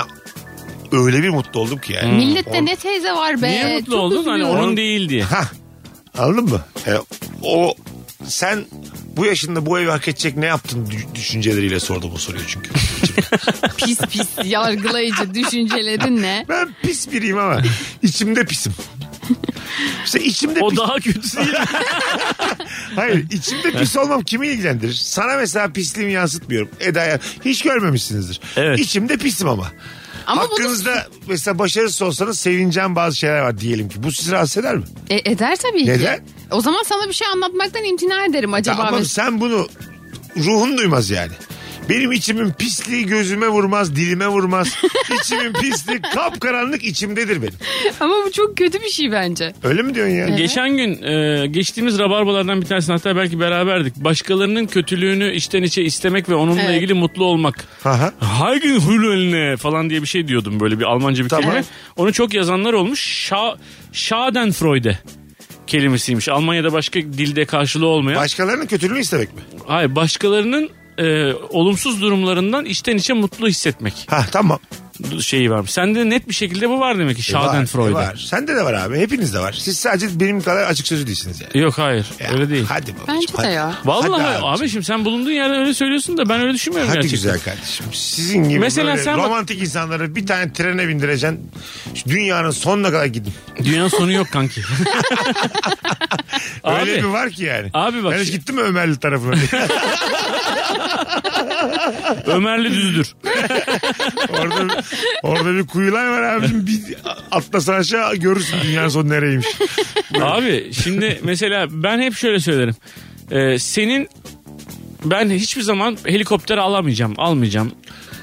S3: öyle bir mutlu oldum ki yani.
S4: Millette ne teyze var be.
S5: Niye mutlu
S4: Çok
S5: oldun? Hani
S4: üzülüyorum.
S5: onun değil diye.
S3: Ha. Anladın mı? E, o sen bu yaşında bu evi hak edecek ne yaptın dü- düşünceleriyle sordu bu soruyu çünkü.
S4: Pis pis yargılayıcı düşüncelerinle.
S3: Ben pis biriyim ama içimde pisim. İşte içimde
S5: O
S3: pis.
S5: daha kötüsü.
S3: Hayır içimde pis olmam kimi ilgilendirir? Sana mesela pisliğimi yansıtmıyorum. Eda'ya hiç görmemişsinizdir.
S5: Evet.
S3: İçimde pisim ama.
S4: Ama
S3: Hakkınızda mesela başarısız olsanız sevineceğim bazı şeyler var diyelim ki. Bu sizi rahatsız eder mi?
S4: bunu E, eder tabii ki.
S3: Neden?
S4: O zaman sana bir şey anlatmaktan imtina ederim acaba.
S3: Ama
S4: Mesut.
S3: sen bunu ruhun duymaz yani. Benim içimin pisliği gözüme vurmaz, dilime vurmaz. İçimin pisliği kapkaranlık içimdedir benim.
S4: Ama bu çok kötü bir şey bence.
S3: Öyle mi diyorsun ya?
S5: Geçen gün e, geçtiğimiz rabarbalardan bir tanesini hatta belki beraberdik. Başkalarının kötülüğünü içten içe istemek ve onunla
S4: Evet.
S5: ilgili mutlu olmak.
S3: Aha.
S5: Hagen Hülölne falan diye bir şey diyordum böyle bir Almanca bir
S3: Tamam.
S5: kelime. Onu çok yazanlar olmuş. Şa, Schadenfreude kelimesiymiş. Almanya'da başka dilde karşılığı olmayan.
S3: Başkalarının kötülüğünü istemek mi?
S5: Hayır başkalarının e, olumsuz durumlarından içten içe mutlu hissetmek
S3: Ha tamam.
S5: şeyi vermiş. Sende net bir şekilde bu var demek ki
S3: E, var,
S5: Schadenfreude.
S3: e, Var. Sende de var abi. Hepinizde var. Siz sadece benim kadar açık sözlü değilsiniz yani.
S5: Yok hayır
S3: Ya,
S5: öyle değil.
S3: Hadi babacığım.
S4: Bence de
S3: hadi.
S4: ya.
S5: Vallahi
S3: Hadi
S5: abi, şimdi sen bulunduğun yerden öyle söylüyorsun da ben öyle düşünmüyorum
S3: Hadi
S5: gerçekten.
S3: güzel kardeşim. Sizin gibi
S5: Mesela
S3: böyle
S5: sen bak-
S3: romantik insanları bir tane trene bindireceksin. Şu dünyanın sonuna kadar gidin.
S5: Dünyanın sonu yok kanki.
S3: Öyle
S5: Abi.
S3: bir var ki yani.
S5: Abi bak şey-
S3: Ben hiç
S5: şimdi-
S3: gittim mi Ömerli tarafına?
S5: Ömerli düzdür.
S3: orada, orada bir kuyular var abicim. Bir atlasan aşağı görürsün dünyanın sonu nereymiş.
S5: Abi şimdi mesela ben hep şöyle söylerim. Ee, senin ben hiçbir zaman helikopter alamayacağım, almayacağım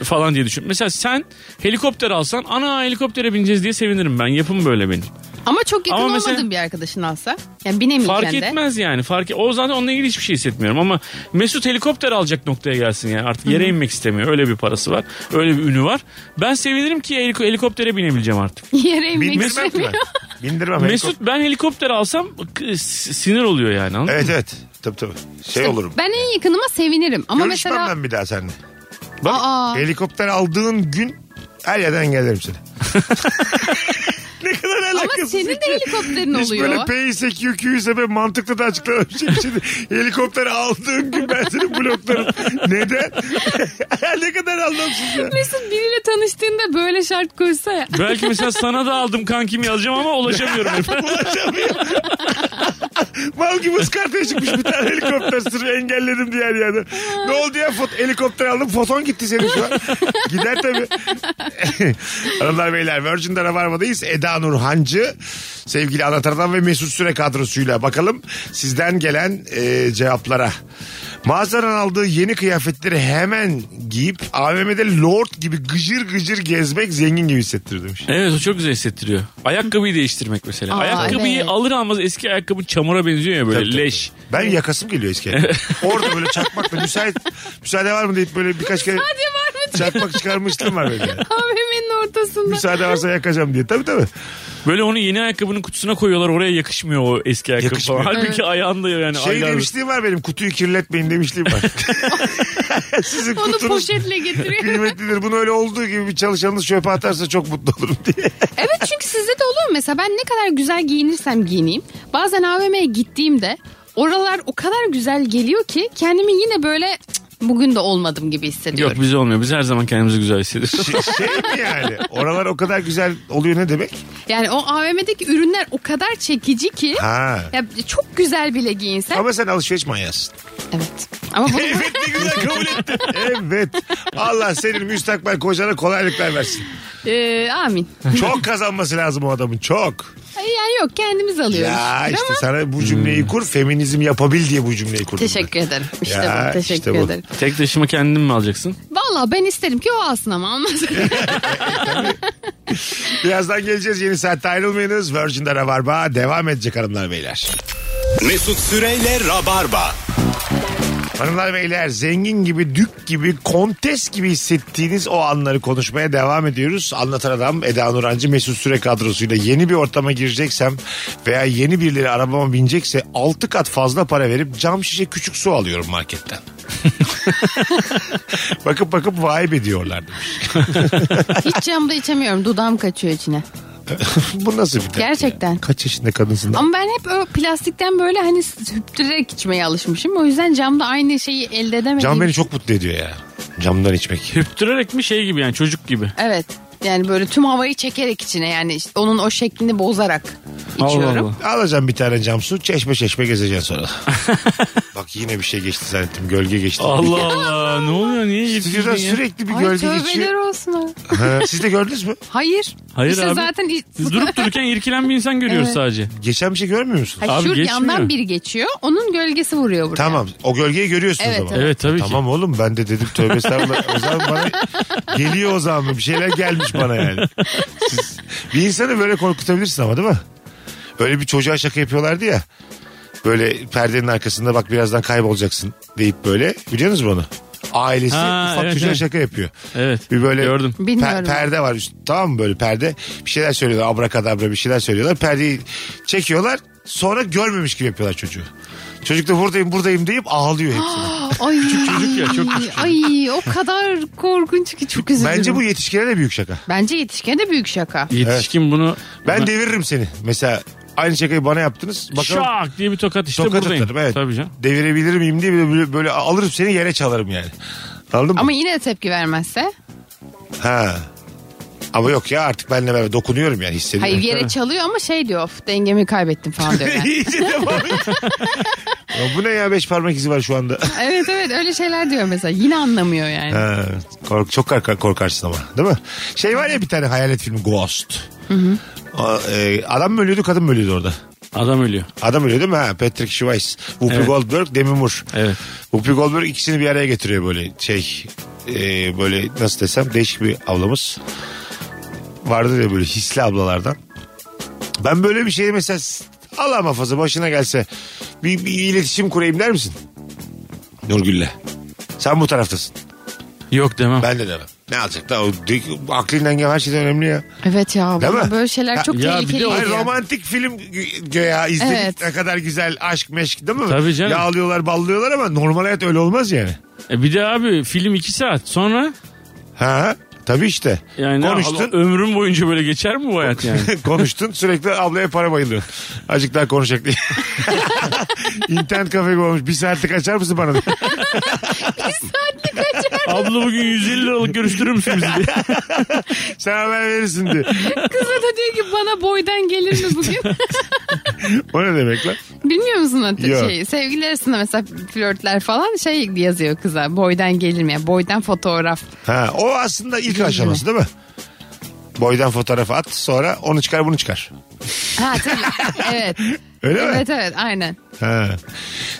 S5: falan diye düşünüyorum. Mesela sen helikopter alsan ana helikoptere bineceğiz diye sevinirim ben. Yapım böyle benim.
S4: Ama çok yakın
S5: Ama
S4: olmadığın
S5: mesela-
S4: bir arkadaşın alsa. Yani binemeyken
S5: Fark
S4: de.
S5: etmez yani. Fark e, o zaten onunla ilgili hiçbir şey hissetmiyorum ama Mesut helikopter alacak noktaya gelsin yani. Artık yere inmek istemiyor. Öyle bir parası var. Öyle bir ünü var. Ben sevinirim ki heliko- helikoptere binebileceğim artık.
S4: Yere inmek
S3: Bindirmem ki
S4: istemiyor.
S3: ben. Bindirmem.
S5: Mesut ben helikopter alsam k- s- sinir oluyor yani. anladın mı?
S3: Evet evet. Tabii tabii. Şey olurum.
S4: Ben en yakınıma sevinirim. Ama
S3: Görüşmem
S4: mesela...
S3: ben bir daha seninle.
S4: Aa,
S3: Helikopter aldığın gün her yerden engellerim seni. ne kadar alakasız.
S4: ama senin de
S3: iki.
S4: helikopterin
S3: Hiç böyle
S4: oluyor.
S3: P8 QQ'yse ben mantıklı da açıklamamışım. Şimdi helikopter aldığım gün ben seni bloklarım. Neden? ne kadar anlamsız ya.
S4: Mesut biriyle tanıştığında böyle şart koysa ya.
S5: Belki mesela sana da aldım kankim yazacağım ama ulaşamıyorum.
S3: Ulaşamıyor. Mal gibi ıskartaya çıkmış bir tane helikopter sırrı engelledim diye her yerden. Ne oldu ya fot helikopter aldım foton gitti senin şu an. Gider tabii. Hanımlar beyler Virgin'de Rabarba'dayız. Eda Nurhancı sevgili anlatan ve Mesut Süre kadrosuyla bakalım sizden gelen e, cevaplara. Mağazadan aldığı yeni kıyafetleri hemen giyip AVM'de lord gibi gıcır gıcır gezmek zengin gibi hissettirir demiş.
S5: evet o çok güzel hissettiriyor. Ayakkabıyı değiştirmek mesela.
S4: Aa,
S5: Ayakkabıyı
S4: evet.
S5: alır almaz eski ayakkabı çamura benziyor ya böyle
S3: Tabii, tabii,
S5: leş.
S3: tabii. Ben yakasım geliyor eski. Orada böyle çakmakla müsait müsaade var mı deyip böyle birkaç kere
S4: Hadi var mı?
S3: çakmak çıkarmıştım var böyle.
S4: AVM'nin ortasında.
S3: Müsaade varsa yakacağım diye. Tabii tabii.
S5: Böyle onu yeni ayakkabının kutusuna koyuyorlar oraya yakışmıyor o eski ayakkabı
S3: Yakışmıyor.
S5: falan. Halbuki ayağında yani.
S3: Şey
S5: aylar-
S3: demişliğim var benim kutuyu kirletmeyin demişliğim var. Sizin
S4: Onu
S3: kutunuz
S4: poşetle getiriyor.
S3: kıymetlidir. Bunu öyle olduğu gibi bir çalışanınız çöpe atarsa çok mutlu olurum diye.
S4: evet çünkü sizde de oluyor mu? mesela ben ne kadar güzel giyinirsem giyineyim. Bazen AVM'ye gittiğimde oralar o kadar güzel geliyor ki kendimi yine böyle "Cık, bugün de olmadım gibi hissediyorum.
S5: Yok bize olmuyor. Biz her zaman kendimizi güzel hissediyoruz.
S3: Şey mi yani? Oralar o kadar güzel oluyor ne demek?
S4: Yani o AVM'deki ürünler o kadar çekici ki
S3: Ha.
S4: ya çok güzel bile giyinsen.
S3: Ama sen alışveriş manyasın.
S4: Evet. Ama bunu
S3: Evet ne güzel kabul ettin. Evet. Allah senin müstakbel kocana kolaylıklar versin.
S4: Ee, amin.
S3: Çok kazanması lazım o adamın çok.
S4: Ay, Yani yok kendimiz alıyoruz.
S3: Ya işte
S4: Ama
S3: sana bu cümleyi kur feminizm yapabil diye bu cümleyi kurdum.
S4: teşekkür ederim. İşte
S3: Ya,
S4: bu. Teşekkür
S3: işte bu.
S4: ederim.
S5: Tek taşıma kendin mi alacaksın?
S4: Valla ben isterim ki o alsın ama olmaz.
S3: ben. Birazdan geleceğiz yeni saatte ayrılmayınız. Virgin'de Rabarba devam edecek hanımlar beyler.
S2: Mesut Süreyle Rabarba.
S3: Hanımlar beyler zengin gibi, dük gibi, kontes gibi hissettiğiniz o anları konuşmaya devam ediyoruz. Anlatan adam Eda Nurancı Mesut Süre kadrosuyla yeni bir ortama gireceksem veya yeni birileri arabama binecekse 6 kat fazla para verip cam şişe küçük su alıyorum marketten. bakıp bakıp vay be diyorlar demiş.
S4: Hiç camda içemiyorum. Dudağım kaçıyor içine.
S3: Bu nasıl bir tepki ya?
S4: Gerçekten.
S3: Kaç yaşında kadınsın? da?
S4: Ama ben hep o plastikten böyle hani süptürerek içmeye alışmışım. O yüzden camda aynı şeyi elde edemedim.
S3: Cam beni çok mutlu ediyor ya. Camdan içmek.
S5: Hüptürerek mi şey gibi yani çocuk gibi.
S4: Evet. Yani böyle tüm havayı çekerek içine yani işte onun o şeklini bozarak içiyorum.
S5: Allah.
S3: Alacağım bir tane cam su. Çeşme çeşme gezeceksin sonra. Bak yine bir şey geçti zannettim. Gölge geçti.
S5: Allah Allah ne oluyor niye yetiştirdin
S3: Stüdyoda
S5: ya?
S3: sürekli bir
S4: Ay
S3: gölge
S4: tövbeler
S3: geçiyor.
S4: olsun. ha.
S3: Ha, Siz de gördünüz mü?
S4: Hayır.
S5: Hayır
S4: işte
S5: abi.
S4: zaten
S5: Siz durup dururken irkilen bir insan görüyoruz
S4: Evet.
S5: sadece.
S3: Geçen bir şey görmüyor musunuz?
S4: Hayır,
S5: Abi
S4: şu
S5: geçmiyor.
S4: yandan biri geçiyor. Onun gölgesi vuruyor buraya.
S3: Tamam. O gölgeyi görüyorsunuz
S4: Evet,
S3: ama.
S4: evet.
S5: Evet tabii ki.
S3: Tamam oğlum ben de dedim tövbe estağfurullah. O zaman bana geliyor o zaman bir şeyler gelmiş bana yani. Siz- bir insanı böyle korkutabilirsin ama değil mi? Öyle bir çocuğa şaka yapıyorlardı ya. Böyle perdenin arkasında bak birazdan kaybolacaksın deyip böyle. Biliyorsunuz bunu? Ailesi
S5: Ha,
S3: ufak
S5: evet,
S3: çocuğa
S5: evet.
S3: şaka yapıyor.
S5: Evet.
S3: Bir böyle
S5: Gördüm.
S3: pe-
S4: Bilmiyorum.
S3: perde var üst- tamam mı böyle perde bir şeyler söylüyorlar abrakadabra bir şeyler söylüyorlar perdeyi çekiyorlar sonra görmemiş gibi yapıyorlar çocuğu. Çocuk da buradayım buradayım deyip ağlıyor hepsine.
S4: Ay,
S5: çocuk ya, çok küçük
S4: Ay o kadar korkunç ki çok üzüldüm.
S3: Bence bu yetişkine de büyük şaka.
S4: Bence yetişkene de büyük şaka.
S5: Yetişkin bunu
S3: Ben deviririm seni. Mesela aynı şakayı bana yaptınız. Bakalım
S5: şak diye bir tokat işte
S3: tokat
S5: buradayım.
S3: atarım. Evet.
S5: Tabii canım.
S3: Devirebilir miyim diye böyle, böyle, böyle alırım seni yere çalarım yani. Anladın mı?
S4: Ama yine de tepki vermezse.
S3: Ha. Ama yok ya artık benle ben dokunuyorum yani hissediyorum.
S4: Hayır yere çalıyor ama şey diyor of dengemi kaybettim falan diyor. yani.
S3: İyice devam et. Ya bu ne ya beş parmak izi var şu anda.
S4: evet evet öyle şeyler diyor mesela. Yine anlamıyor yani.
S3: Ha, kork, çok korkar, korkarsın ama değil mi? Şey var ya bir tane hayalet filmi Ghost. O, e, adam mı ölüyordu kadın mı ölüyordu orada?
S5: Adam ölüyor.
S3: Adam ölüyor değil mi? Ha, Patrick Schweiss, Whoopi
S5: Evet.
S3: Goldberg, Demi Moore.
S5: Evet.
S3: Whoopi Goldberg ikisini bir araya getiriyor böyle şey e, böyle nasıl desem değişik bir ablamız. Vardır ya böyle hisli ablalardan. Ben böyle bir şeyi mesela s- Allah muhafaza başına gelse bir, bir iletişim kurayım der misin? Nurgül'le. Sen bu taraftasın.
S5: Yok demem.
S3: Ben de demem. Ne alacak da o dik- aklın denge her şeyden önemli ya.
S4: Evet ya
S3: Değil mi?
S4: bana böyle şeyler
S3: Ya-
S4: çok
S5: Ya bir de
S4: tehlikeli
S5: o-
S3: Ay
S4: geliyor.
S3: romantik film gö- göya izledik
S4: Evet.
S3: ne kadar güzel aşk meşk değil mi?
S5: Tabii canım.
S3: Yağlıyorlar ballıyorlar ama normal hayat öyle olmaz yani.
S5: E bir de abi film iki saat sonra
S3: Ha tabii işte.
S5: yani
S3: konuştun.
S5: ömrüm boyunca böyle geçer mi bu hayat yani?
S3: konuştun sürekli ablaya para bayılıyorsun. Azıcık daha konuşacak diye. İnternet kafe gibi olmuş. Bir saatlik açar mısın bana? diye.
S5: Abla bugün 150 liralık görüştürür müsün bizi diye.
S3: Sen haber verirsin diye.
S4: Kız da diyor ki bana boydan gelir mi bugün?
S3: O ne demek lan?
S4: Bilmiyor musun hatta
S3: Yok.
S4: şey sevgililer arasında mesela flörtler falan şey yazıyor kıza boydan gelir mi? Yani boydan fotoğraf.
S3: Ha, o aslında ilk aşaması değil mi? Boydan fotoğraf at sonra onu çıkar bunu çıkar.
S4: Ha tabii. evet.
S3: Öyle mi?
S4: Evet evet aynen.
S3: Ha.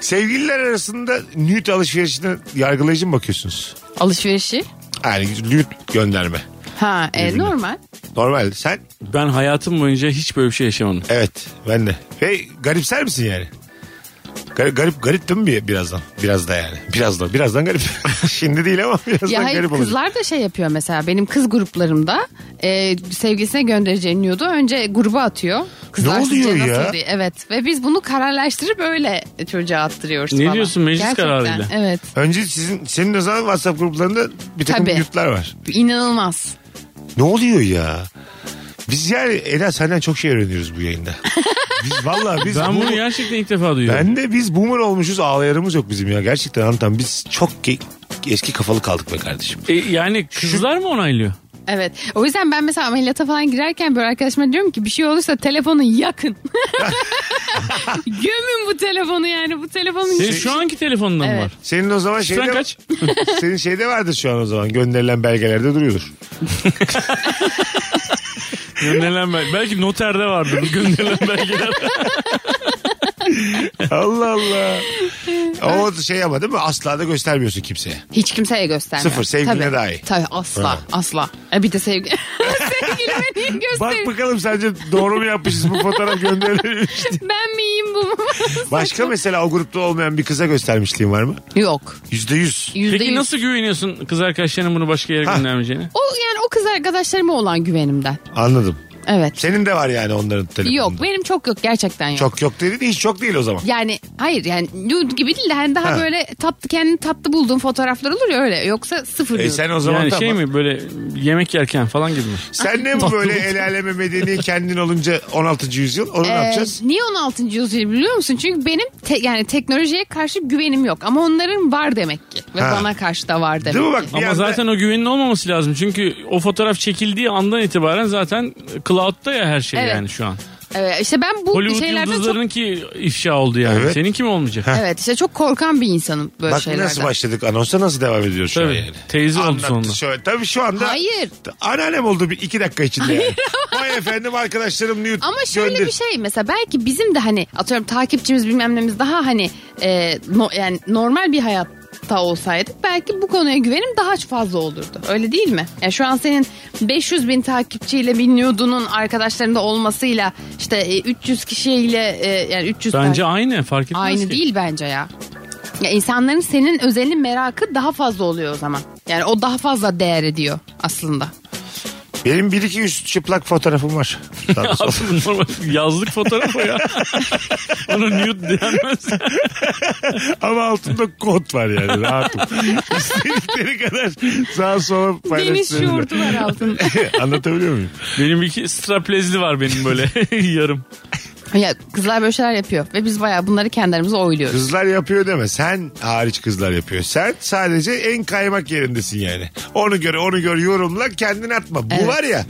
S3: Sevgililer arasında nüt alışverişine yargılayıcı mı bakıyorsunuz?
S4: Alışverişi.
S3: Yani nüt gönderme.
S4: Ha e, normal.
S3: Normal. Sen?
S5: Ben hayatım boyunca hiç böyle bir şey yaşamadım.
S3: Evet. Ben de. Ve garipser misin yani? Gar- garip garip değil mi bir- birazdan? Biraz da yani. Biraz da. Birazdan garip. Şimdi değil ama birazdan
S4: Ya hayır
S3: garip olacak.
S4: kızlar da şey yapıyor mesela benim kız gruplarımda e, sevgilisine göndereceğini diyordu. Önce gruba atıyor. Kızlar
S3: Ne
S4: sizce
S3: oluyor
S4: nasıl
S3: ya?
S4: diye. Evet ve biz bunu kararlaştırıp öyle çocuğa attırıyoruz
S5: Ne
S4: falan.
S5: diyorsun, meclis kararıyla?
S4: Evet
S3: Önce sizin senin o zaman WhatsApp gruplarında bir takım
S4: Tabii.
S3: yurtlar var.
S4: inanılmaz.
S3: Ne oluyor ya? Biz yani Eda senden çok şey öğreniyoruz bu yayında. Biz vallahi biz
S5: Ben
S3: bu-
S5: bunu gerçekten ilk defa duyuyorum.
S3: Ben de biz boomer olmuşuz ağlayarımız yok bizim ya. Gerçekten anlatan biz çok ge- eski kafalı kaldık be kardeşim.
S5: E, yani kızlar mı onaylıyor?
S4: Evet. O yüzden ben mesela ameliyata falan girerken böyle arkadaşıma diyorum ki bir şey olursa telefonu yakın. Gömün bu telefonu yani. Bu telefonun
S3: Şey-
S5: Senin şu anki telefonundan
S4: Evet.
S5: var.
S3: Senin o zaman
S5: Şifren
S3: şeyde,
S5: kaç?
S3: senin şeyde vardır şu an o zaman gönderilen belgelerde duruyordur.
S5: Gönderilen bel- Belki noterde vardır bu gönderilen belgeler.
S3: Allah Allah. o şey ama değil mi? Asla da göstermiyorsun kimseye.
S4: hiç kimseye göstermiyor.
S3: Sıfır, sevgiline
S4: Tabii.
S3: dahi.
S4: Tabii asla
S3: Ha.
S4: asla. E bir de sevgi. Sevgilime niye
S3: Bak
S4: göstereyim?
S3: bakalım sence doğru mu yapmışız bu fotoğraf gönderilir.
S4: Ben miyim bu mu?
S3: Başka mesela o grupta olmayan bir kıza göstermişliğin var mı?
S4: Yok.
S3: Yüzde yüz.
S4: Yüzde
S5: Peki
S4: yüz.
S5: nasıl güveniyorsun kız arkadaşlarının bunu başka yere
S3: Ha.
S5: göndermeyeceğine?
S4: O yani o kız arkadaşlarıma olan güvenimden.
S3: Anladım.
S4: Evet.
S3: Senin de var yani onların telefonunda.
S4: Yok benim çok yok gerçekten yok.
S3: Çok yok dedi de hiç çok değil o zaman.
S4: Yani hayır yani nude gibi değil de hani daha
S3: Ha.
S4: böyle tatlı kendini tatlı bulduğun fotoğraflar olur ya öyle. Yoksa sıfır
S3: E
S4: nude.
S3: sen o zaman
S5: Yani
S3: tamam.
S5: şey mi böyle yemek yerken falan gibi mi?
S3: Sen de mi böyle el aleme medeni kendin olunca 16. yüzyıl? Onu ne
S4: Ee,
S3: yapacağız?
S4: niye 16. yüzyıl biliyor musun? Çünkü benim te- yani teknolojiye karşı güvenim yok ama onların var demek ki ve
S3: Ha.
S4: bana karşı da var demek.
S3: Değil mi bak? bir
S5: Ama
S3: anda-
S5: zaten o güvenin olmaması lazım. Çünkü o fotoğraf çekildiği andan itibaren zaten cloud'da ya her şey
S4: Evet.
S5: yani şu an.
S4: Ee, işte ben bu
S5: Hollywood
S4: şeylerden çok
S5: yıldızlarının ki ifşa oldu yani.
S3: Evet.
S5: Seninki mi olmayacak?
S4: Evet işte çok korkan bir insanım böyle
S3: Bak
S4: şeylerden.
S3: nasıl başladık anonsa nasıl devam ediyor şu
S5: Tabii.
S3: an Şey yani.
S5: Teyze oldu
S3: Anlattı şey.
S5: sonunda.
S3: şöyle. Tabii şu anda
S4: Hayır.
S3: anneannem oldu bir iki dakika içinde yani. Vay efendim arkadaşlarım diyor.
S4: Ama şöyle bir şey mesela belki bizim de hani atıyorum takipçimiz bilmem nemiz daha hani e, no- yani normal bir hayatta olsaydık belki bu konuya güvenim daha fazla olurdu. Öyle değil mi? Yani şu an senin 500 bin takipçiyle bir nude'unun arkadaşlarında olmasıyla işte e, 300 kişiyle e, yani 300
S5: Bence
S4: tak-
S5: aynı fark etmez
S4: aynı
S5: ki.
S4: değil bence ya. Ya insanların senin özelin merakı daha fazla oluyor o zaman. Yani o daha fazla değer ediyor aslında.
S3: Benim bir iki üst çıplak fotoğrafım var. Sağda solda.
S5: Abi bu normal yazlık fotoğraf o ya. Ona nude denmez.
S3: Ama altında kod var yani rahatım. İstedikleri kadar sağa sola
S4: Deniz
S3: paylaşsınlar.
S4: şuurtular altında.
S3: Anlatabiliyor muyum?
S5: Benim iki straplezli var benim böyle yarım.
S4: Ya kızlar böyle şeyler yapıyor ve biz bayağı bunları kendilerimize oyluyoruz.
S3: Kızlar yapıyor deme. Sen hariç kızlar yapıyor. Sen sadece en kaymak yerindesin yani. Onu gör, onu gör yorumla kendini atma. Bu
S4: Evet.
S3: var ya.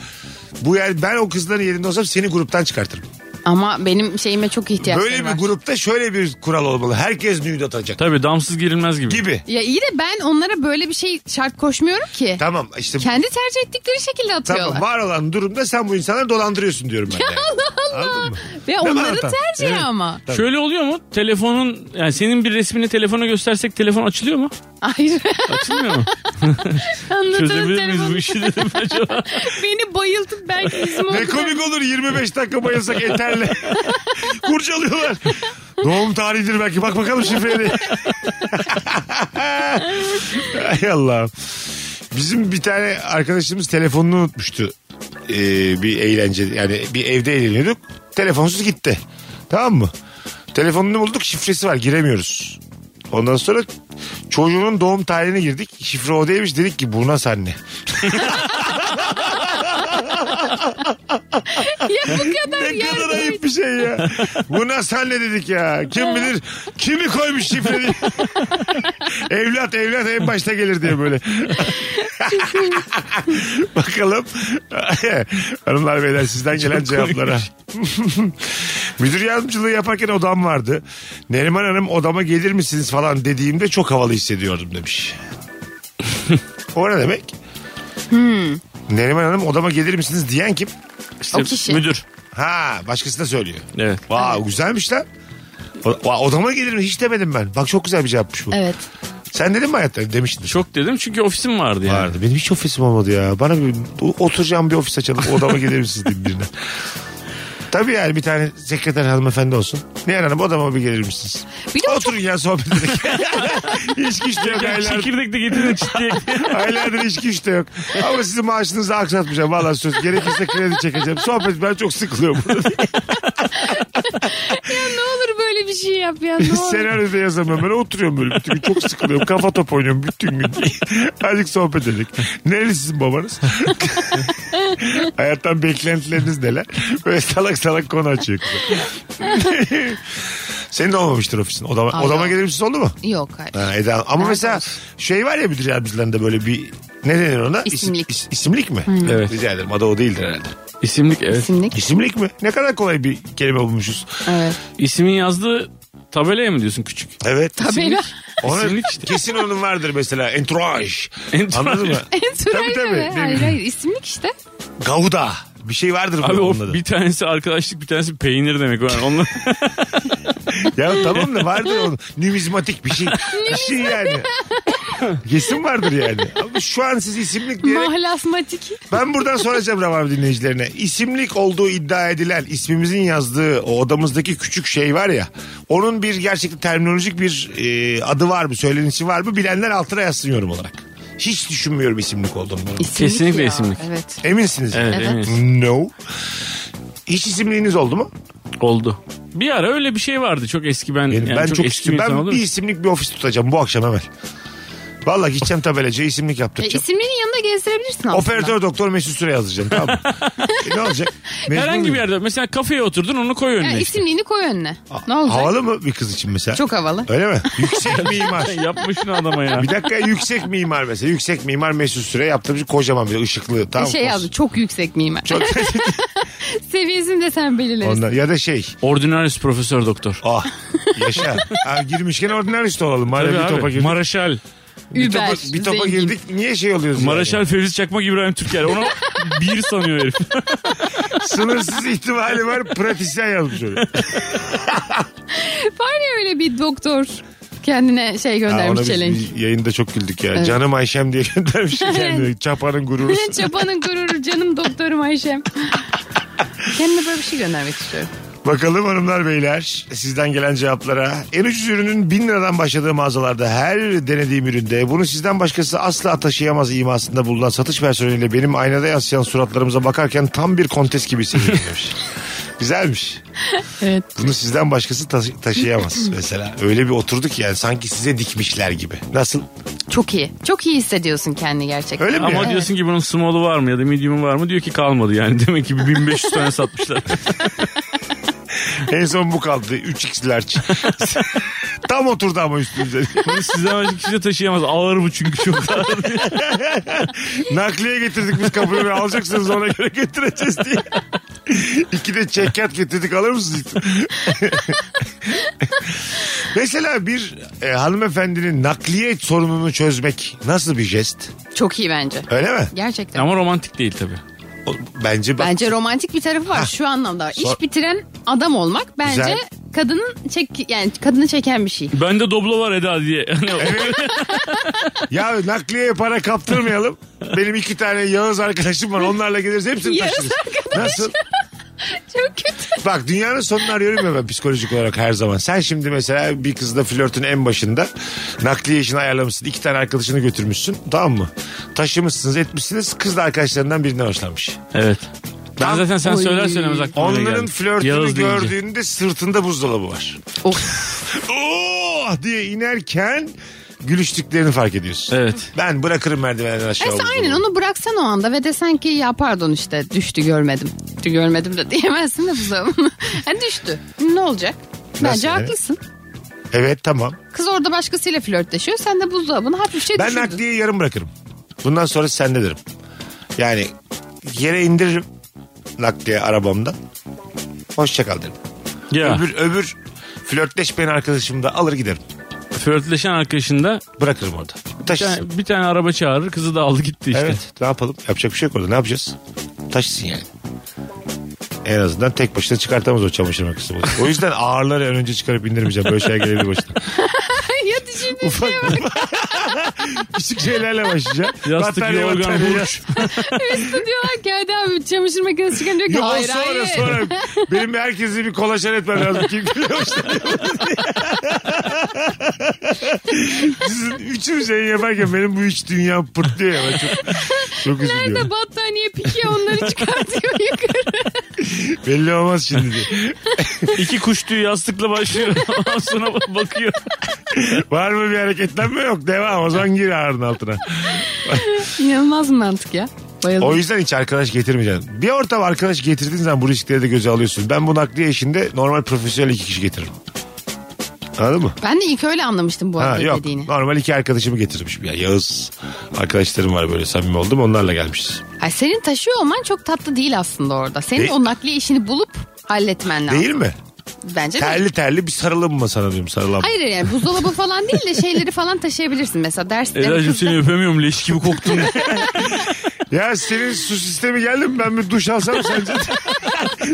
S3: Bu yani ben o kızların yerinde olsam seni gruptan çıkartırım.
S4: Ama benim şeyime çok ihtiyaçları
S3: Böyle bir
S4: var.
S3: grupta şöyle bir kural olmalı. Herkes nude atacak.
S5: Tabii damsız girilmez gibi.
S3: Gibi.
S4: Ya iyi de ben onlara böyle bir şey şart koşmuyorum ki.
S3: Tamam işte
S4: Kendi tercih ettikleri şekilde atıyorlar.
S3: tamam var olan durumda sen bu insanları dolandırıyorsun diyorum ben. Yani. Anladın mı?
S4: Ve
S3: mi
S4: onların
S3: hata?
S4: tercihi
S3: Evet.
S4: ama.
S5: Şöyle oluyor mu? Telefonun yani senin bir resmini telefona göstersek telefon açılıyor mu?
S4: Hayır.
S5: Açılmıyor mu?
S4: Anlatanın
S5: Çözebilir miyiz bu
S4: telefonu.
S5: işi dedim acaba.
S4: Beni bayıltıp belki bizim
S3: Ne
S4: oldu.
S3: komik olur 25 dakika bayılsak eterle. Kurcalıyorlar. Doğum tarihidir belki. Bak bakalım şifreli. Hay Allah. Bizim bir tane arkadaşımız telefonunu unutmuştu. Ee, bir eğlence yani bir evde eğleniyorduk. Telefonsuz gitti. Tamam mı? Telefonunu bulduk şifresi var giremiyoruz. Ondan sonra çocuğunun doğum tarihine girdik. Şifre o değilmiş dedik ki bu nasıl anne?
S4: Ya bu kadar
S3: Ne kadar
S4: yer
S3: ayıp bir şey ya. Bu nasıl halle dedik ya. Kim bilir kimi koymuş şifreyi. evlat evlat en başta gelir diye böyle. Bakalım hanımlar beyler sizden gelen cevaplara. Müdür yardımcılığı yaparken odam vardı. Neriman Hanım odama gelir misiniz falan dediğimde çok havalı hissediyordum demiş. o ne demek? Neriman Hanım odama gelir misiniz diyen kim?
S4: O kişi.
S5: Müdür.
S3: Ha başkasına söylüyor.
S5: Evet.
S3: Vay güzelmiş lan. O, va- odama gelirim hiç demedim ben. Bak çok güzel bir cevapmış bu.
S4: Evet.
S3: Sen dedin mi hayatta demiştin.
S5: Çok dedim çünkü ofisim vardı yani.
S3: vardı. Benim hiç ofisim olmadı ya. Bana bir o- oturacağım bir ofis açalım. Odama gelir misiniz diyeyim birine. Tabii yani bir tane sekreter hanımefendi olsun. Nihal Hanım odama bir gelir misiniz?
S4: Bir de o
S3: Oturun ya sohbet edelim. İçki işte yok
S5: Ya
S3: aylardır.
S5: çekirdek de getirin çitleyek.
S3: Aylardır içki işte yok. Ama sizin maaşınızı aksatmayacağım. Valla söz. Gerekirse kredi çekeceğim. Sohbet ben çok sıkılıyorum.
S4: Ne olur böyle bir şey yap ya ne olur.
S3: Senaryoda yazamıyorum. Ben oturuyorum böyle bütün gün. Çok sıkılıyorum. Kafa top oynuyorum bütün gün. Azıcık sohbet edelim. Nereli sizin babanız? Hayattan beklentileriniz neler? Böyle salak salak konu açıyor kızım. Senin de olmamıştır ofisin. Odama,
S4: Ay,
S3: odama
S4: yok.
S3: gelir misiniz oldu mu?
S4: Yok hayır.
S3: Ha, Eda. Ama
S4: Evet,
S3: mesela
S4: olsun.
S3: şey var ya müdür yardımcılarında böyle bir ne denir ona? İsim-
S4: İsimlik.
S3: is- isimlik mi?
S5: Evet.
S3: Rica ederim. Adı o değildir herhalde.
S5: İsimlik evet.
S4: Kesinlikle.
S3: İsimlik mi? Ne kadar kolay bir kelime bulmuşuz.
S4: Evet.
S5: İsmin yazdığı tabelaya mı diyorsun küçük?
S3: Evet.
S4: Tabela.
S3: Ona-
S5: İsimlik işte.
S3: Kesin onun vardır mesela. Entourage.
S5: Entourage.
S3: Anladın mı?
S4: Enstrüman
S3: tabii.
S4: ne? Hayır hayır isimlik işte.
S3: Gouda. Bir şey vardır
S5: Abi
S3: bunun
S5: o
S3: adı.
S5: bir tanesi arkadaşlık bir tanesi peynir demek. Yani onlar
S3: Ya tamam da vardır onun. Numizmatik bir şey. bir şey yani. Kesin vardır yani. Ama şu an siz isimlik diyerek
S4: Mahlasmatik.
S3: ben buradan soracağım Rabar dinleyicilerine. İsimlik olduğu iddia edilen ismimizin yazdığı o odamızdaki küçük şey var ya. Onun bir gerçekten terminolojik bir e, adı var mı? Söylenişi var mı? Bilenler altına yazsın yorum olarak. Hiç düşünmüyorum isimlik olduğunu.
S4: İsimlik
S5: Kesinlikle
S4: ya.
S5: isimlik.
S4: Evet.
S3: Eminsiniz. yani.
S5: Evet,
S4: Evet.
S5: eminiz.
S3: No. Hiç isimliğiniz oldu mu?
S5: Oldu. Bir ara öyle bir şey vardı. Çok eski ben
S3: Benim,
S5: yani
S3: ben
S5: çok,
S3: çok,
S5: eski bir
S3: istiyorum.
S5: insan
S3: Ben
S5: olurum.
S3: bir isimlik bir ofis tutacağım bu akşam hemen. Vallahi gideceğim tabelacıya isimlik
S4: E,
S3: yaptıracağım.
S4: isimlerin yanında gezdirebilirsin aslında.
S3: Operatör doktor Mesut Süre yazacağım tamam mı? E, ne olacak? Mecbur
S5: Herhangi bir
S3: muyum?
S5: yerde mesela kafeye oturdun onu koy önüne.
S4: Yani
S5: işte.
S4: isimliğini koy önüne. Ne olacak?
S3: Havalı mı bir kız için mesela?
S4: Çok havalı.
S3: Öyle mi? Yüksek mimar.
S5: Yapmış ne adama ya.
S3: bir dakika yüksek mimar mesela. Yüksek mimar Mesut Süre yaptırmış kocaman bir ışıklı. Tamam,
S4: şey
S3: olsun.
S4: yazdı çok yüksek mimar.
S3: Çok
S4: Seviyesini de sen belirlersin.
S3: Ondan, ya da şey
S5: Ordinaris profesör doktor.
S3: Ah yaşa. Ha, girmişken ordinarist olalım. Madem
S5: Tabii
S3: bir topa
S5: abi.
S3: girdik.
S5: Maraşal.
S3: bir topa,
S4: Über,
S3: bir topa
S4: zengin.
S3: girdik niye şey oluyoruz? yani?
S5: Maraşal Fevzi Çakmak İbrahim Türker. Onu bir sanıyor herif.
S3: Sınırsız ihtimali var pratisyen yazmış öyle.
S4: Var ya öyle bir doktor kendine şey
S3: Ha, ona
S4: göndermiş
S3: biz
S4: challenge.
S3: bir yayında çok güldük ya. Canım Ayşem diye göndermiş kendini. Çapa'nın gururu.
S4: Çapanın gururu canım doktorum Ayşem. Kendime böyle bir şey göndermek istiyorum.
S3: Bakalım hanımlar beyler sizden gelen cevaplara. En ucuz ürünün 1000 liradan başladığı mağazalarda her denediğim üründe bunu sizden başkası asla taşıyamaz imasında bulunan satış personeliyle benim aynada yansıyan suratlarımıza bakarken tam bir kontes gibi hissediyorum demiş. Güzelmiş.
S4: Evet.
S3: Bunu sizden başkası taşı- taşıyamaz mesela. Öyle bir oturduk yani sanki size dikmişler gibi. Nasıl?
S4: Çok iyi. Çok iyi hissediyorsun kendini gerçekten.
S3: Öyle mi?
S5: Ama
S3: ya?
S5: diyorsun ki bunun small'u var mı ya da medium'u var mı? Diyor ki kalmadı yani. Demek ki 1500 tane satmışlar.
S3: En son bu kaldı. 3x'ler. Tam oturdu ama üstümüze.
S5: Bunu sizden başka kimse taşıyamaz. Ağır bu çünkü çok ağır.
S3: Nakliye getirdik biz kapıyı. Alacaksınız ona göre getireceğiz diye. İki de çekyat getirdik alır mısınız? Mesela bir e, hanımefendinin nakliye sorununu çözmek nasıl bir jest?
S4: Çok iyi bence.
S3: Öyle mi?
S4: Gerçekten.
S5: Ama romantik değil tabii.
S3: O- Bence bak.
S4: Bence romantik bir tarafı var şu anlamda. var.
S3: Sor-
S4: İş bitiren adam olmak bence
S3: Güzel.
S4: kadının çek yani kadını çeken bir şey.
S5: Bende doblo var Eda diye. Hani
S3: Ya nakliyeye para kaptırmayalım. Benim iki tane Yağız arkadaşım var. Onlarla geliriz hepsini
S4: Yağız
S3: taşırız. Nasıl?
S4: Çok kötü.
S3: Bak dünyanın sonunu arıyorum ya ben psikolojik olarak her zaman. Sen şimdi mesela bir kızla flörtün en başında nakliye işini ayarlamışsın. iki tane arkadaşını götürmüşsün. Tamam mı? Taşımışsınız etmişsiniz. Kız da arkadaşlarından birinden hoşlanmış.
S5: evet. Ben
S3: Tam-
S5: zaten sen
S4: Oy.
S5: söyler söylemez aklıma öyle
S3: Onların
S5: geldi.
S3: flörtünü
S5: Yağız deyince.
S3: gördüğünde sırtında buzdolabı var.
S4: Of.
S3: Oh diye inerken gülüştüklerini fark ediyorsun.
S5: Evet.
S3: Ben bırakırım merdivenden aşağı.
S4: Mesela
S3: buzdolabı.
S4: aynen onu bıraksan o anda ve desen ki ya pardon işte düştü görmedim. Düştü görmedim de diyemezsin de bu zaman. Yani düştü. Ne olacak? Bence
S3: yani?
S4: haklısın.
S3: Evet tamam.
S4: Kız orada başkasıyla flörtleşiyor. Sen de buzdolabını hafifçe
S3: Ben
S4: düşürdün.
S3: nakliyeyi yarım bırakırım. Bundan sonra sende derim. Yani yere indiririm nakliye arabamdan. Hoşçakal derim.
S5: Ya
S3: Öbür, öbür flörtleşmeyen arkadaşımı da alır giderim.
S5: flörtleşen arkadaşında
S3: Bırakırım orada. Taşısın.
S5: yani bir tane araba çağırır kızı da aldı gitti işte.
S3: Evet ne yapalım? Yapacak bir şey yok orada. Ne yapacağız? Taşısın yani. En azından tek başına çıkartamaz o çamaşır makinesi. O yüzden ağırları en önce çıkarıp indirmeyeceğim. Böyle şeyler gelebilir başına.
S4: ya düşündün.
S3: Ufak küçük şeylerle başlayacağım.
S5: Yastık,
S3: Battaniye,
S5: yorgan,
S3: battaniye.
S5: hurç.
S4: diyorlar ki hadi abi çamaşır makinesi çıkan diyor ki
S3: Yok
S4: hayır
S3: sonra
S4: hayır.
S3: sonra. Benim herkesi bir kolaçan etmem lazım. Kim biliyor Sizin üçümüz yayın yaparken benim bu üç dünya pırtlıyor ya. Ben çok, çok üzülüyorum.
S4: Nerede battaniye pikiye onları çıkartıyor yukarı.
S3: Belli olmaz şimdi diye.
S5: İki kuş tüyü yastıkla başlıyor. Ondan sonra bakıyor.
S3: Var mı bir hareketlenme yok. Devam o zaman gir ağrının altına.
S4: İnanılmaz bir mantık ya. Bayıldım.
S3: O yüzden hiç arkadaş getirmeyeceksin. Bir ortam arkadaş getirdiğin zaman bu riskleri de göze alıyorsun. Ben bu nakliye işinde normal profesyonel iki kişi getiririm. Anladın mı?
S4: Ben de ilk öyle anlamıştım bu
S3: Ha,
S4: arada
S3: yok.
S4: dediğini.
S3: Normal iki arkadaşımı getirmişim. Ya Yağız arkadaşlarım var böyle samimi oldum onlarla gelmişiz.
S4: Ay, senin taşıyor olman çok tatlı değil aslında orada. Senin
S3: Değil.
S4: o nakliye işini bulup halletmen lazım.
S3: Değil mi?
S4: Bence de.
S3: Terli terli bir sarılalım mı sana diyorum sarılalım.
S4: Hayır hayır, yani buzdolabı falan değil de şeyleri falan taşıyabilirsin mesela derslerin
S5: Eda'cığım seni öpemiyorum leş gibi koktun.
S3: Ya senin su sistemi geldi mi ben bir duş alsam sence?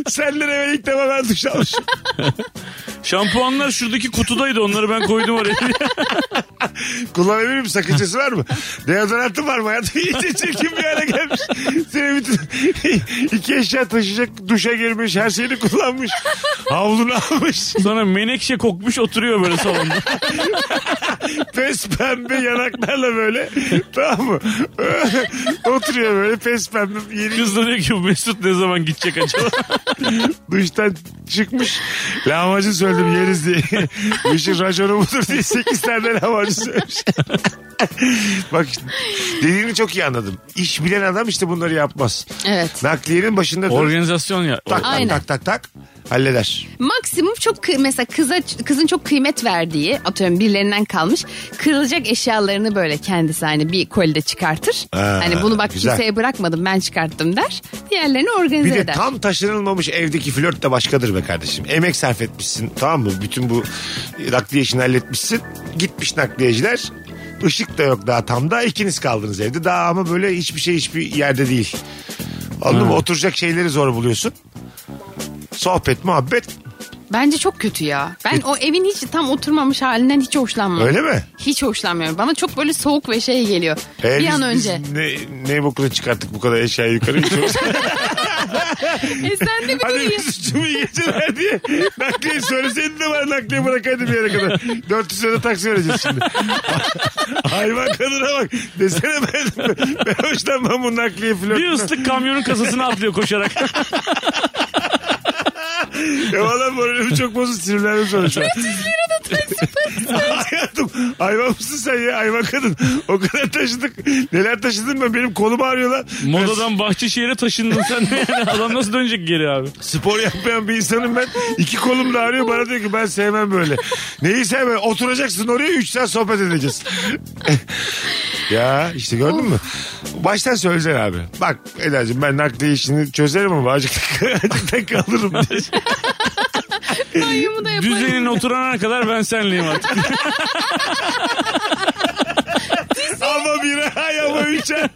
S3: Senden evvel ilk defa ben duş almışım.
S5: Şampuanlar şuradaki kutudaydı onları ben koydum oraya.
S3: Kullanabilir miyim? Sakıncası var mı? Deodorantın var mı hayatım? İyice çirkin bir hale gelmiş. Seni bütün iki eşya taşıyacak duşa girmiş. Her şeyini kullanmış. Havlunu almış.
S5: Sonra menekşe kokmuş oturuyor böyle salonda.
S3: Pes pembe yanaklarla böyle. Tamam mı? Oturuyor böyle pes pembe. Yeni
S5: Kız da diyor ki "Bu Mesut ne zaman gidecek acaba?
S3: duştan çıkmış. Lahmacun söyledim yeriz diye. Bu işin raconu budur diye 8 tane lahmacun söylemiş. Bak işte, dediğini çok iyi anladım. İş bilen adam işte bunları yapmaz.
S4: Evet.
S3: Nakliyenin başında dur.
S5: Organizasyon ya.
S3: tak, tak,
S4: Aynen.
S3: tak tak tak halleder.
S4: Maksimum çok kı- mesela kıza kızın çok kıymet verdiği atıyorum birilerinden kalmış kırılacak eşyalarını böyle kendisi hani bir kolide çıkartır.
S3: Ha,
S4: hani bunu bak
S3: güzel.
S4: kimseye bırakmadım ben çıkarttım der. Diğerlerini organize
S3: Bir de
S4: eder.
S3: tam taşınılmamış evdeki flört de başkadır be kardeşim. Emek sarf etmişsin tamam mı? Bütün bu nakliye işini halletmişsin. Gitmiş nakliyeciler. Işık da yok daha tam da ikiniz kaldınız evde. Daha ama böyle hiçbir şey hiçbir yerde değil. Anladın
S4: Hmm.
S3: mı? Oturacak şeyleri zor buluyorsun. Sohbet, muhabbet
S4: Bence çok kötü ya. Ben o evin hiç tam oturmamış halinden hiç hoşlanmam.
S3: öyle mi?
S4: Hiç hoşlanmıyorum. Bana çok böyle soğuk ve şey geliyor.
S3: Ee,
S4: bir
S3: biz-
S4: an
S3: biz
S4: önce.
S3: ne, ne bokunu çıkarttık bu kadar eşyayı yukarı itiyoruz.
S4: E sen de bir dur
S3: Hadi
S4: ya.
S3: biz suçumu iyi geceler diye. Nakliye söyleseydin de bana nakliye bırakaydı bir yere kadar. 400 lira taksi vereceğiz şimdi. Hayvan kadına bak. Desene ben, ben hoşlanmam bu nakliye
S5: Bir
S3: flörtüne.
S5: ıslık kamyonun kasasına atlıyor koşarak.
S3: Ya valla moralimi E, çok bozuk sinirlendim sonra şu an. 400 lira da taksi Hayatım hayvan mısın sen ya hayvan kadın. O kadar taşıdık. Neler taşıdın ben benim kolum ağrıyor lan.
S5: Modadan Bahçeşehir'e taşındın sen. Yani adam nasıl dönecek geri abi?
S3: Spor yapmayan bir insanım ben. İki kolum da ağrıyor bana diyor ki ben sevmem böyle. Neyi sevmem? Oturacaksın oraya 3 saat sohbet edeceğiz. ya işte gördün mü? Baştan söyleyeceksin abi. Bak Eda'cığım ben nakliye işini çözerim ama acıkta, acıkta kalırım diye.
S4: Dayımı da yaparım.
S5: Düzenin oturana kadar ben senleyim artık.
S3: ama bir ay ama üç ay.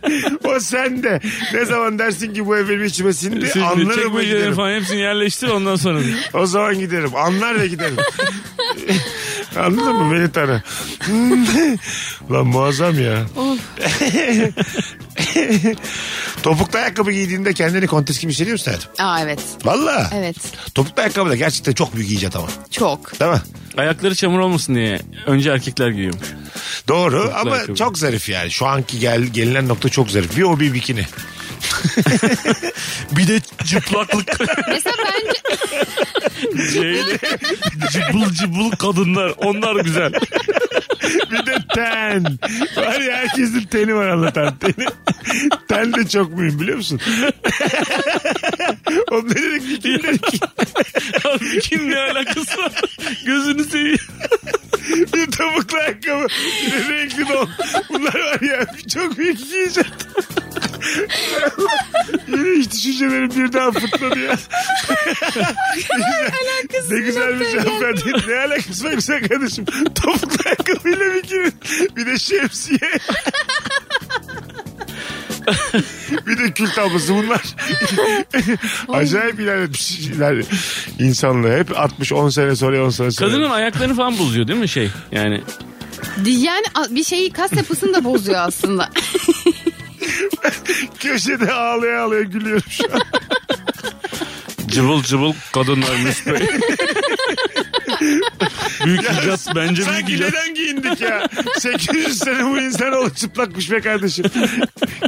S3: O sende. Ne zaman dersin ki bu ev benim içime sindi
S5: Siz
S3: anlarım ve
S5: çekmecelerini
S3: giderim.
S5: falan hepsini yerleştir ondan sonra.
S3: O zaman giderim. Anlar ve giderim. Anladın mı beni tanı? Lan muazzam ya. Topuklu ayakkabı giydiğinde kendini kontes gibi hissediyor musun hayatım?
S4: Aa evet.
S3: Valla.
S4: Evet.
S3: Topuklu ayakkabı da gerçekten çok büyük icat ama.
S4: Çok.
S3: Değil mi?
S5: Ayakları çamur olmasın diye önce erkekler giyiyormuş.
S3: Doğru ama
S5: ayakkabı.
S3: çok zarif yani. Şu anki gel, gelinen nokta çok zarif. Bir o bir bikini.
S5: Bir de çıplaklık.
S4: Mesela bence
S5: Şeyli, cıbıl cıbıl kadınlar. Onlar güzel.
S3: Bir de ten. Var ya herkesin teni var anlatan teni. Ten de çok mühim biliyor musun? o ne dedik bikini dedik.
S5: Kim ne alakası var? Gözünü seveyim.
S3: Bir tavuklu ayakkabı. Bir de renkli don. Bunlar var ya çok büyük yiyecek. Yine hiç düşüncelerim birden fırtladı ya. ne güzel bir cevap verdin. Ne alakası var güzel kardeşim. Tavuklu ayakkabıyla bir girin. Bir de şemsiye. bir de kül tablası bunlar. Acayip ilerletmiş iler- insanlığı. Hep 60-10 sene sonra 10 sene sonra.
S5: Kadının ayaklarını falan bozuyor değil mi şey? Yani
S4: yani a- bir şeyi kas yapısını da bozuyor aslında.
S3: Köşede ağlaya ağlaya gülüyorum şu an.
S5: cıvıl cıvıl kadınlar Mesut Bey. büyük icat bence büyük
S3: Sanki
S5: icat.
S3: neden giyindik ya? 800 sene bu insanoğlu çıplakmış be kardeşim.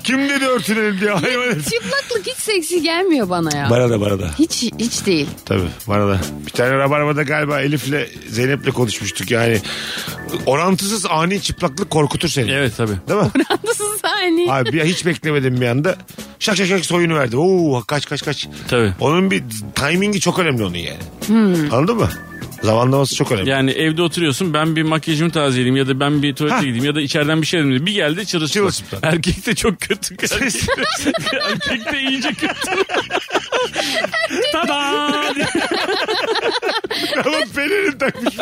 S3: Kim dedi örtünelim diye hayvan herif.
S4: Çıplaklık hiç seksi gelmiyor bana ya.
S3: Bana da bana da.
S4: Hiç hiç değil.
S3: Tabii bana da. Bir tane Rabarba'da galiba Elif'le Zeynep'le konuşmuştuk yani. Orantısız ani çıplaklık korkutur seni.
S5: Evet tabii.
S3: Değil mi?
S4: Nasıl sahne?
S3: Abi bir hiç beklemedim bir anda. Şak şak şak soyunu verdi. Oo kaç kaç kaç.
S5: Tabii.
S3: Onun bir timingi çok önemli onun yani. Anladın mı? Zamanlaması çok önemli.
S5: Yani evde oturuyorsun ben bir makyajımı tazeleyeyim ya da ben bir tuvalete
S3: Ha.
S5: gideyim ya da içeriden bir şey alayım diye. Bir geldi
S3: Çırılçıplak.
S5: çırılçıplak. Erkek de çok kötü. Erkek de- Erkek de iyice kötü. Tada!
S3: Ama pelerin takmış.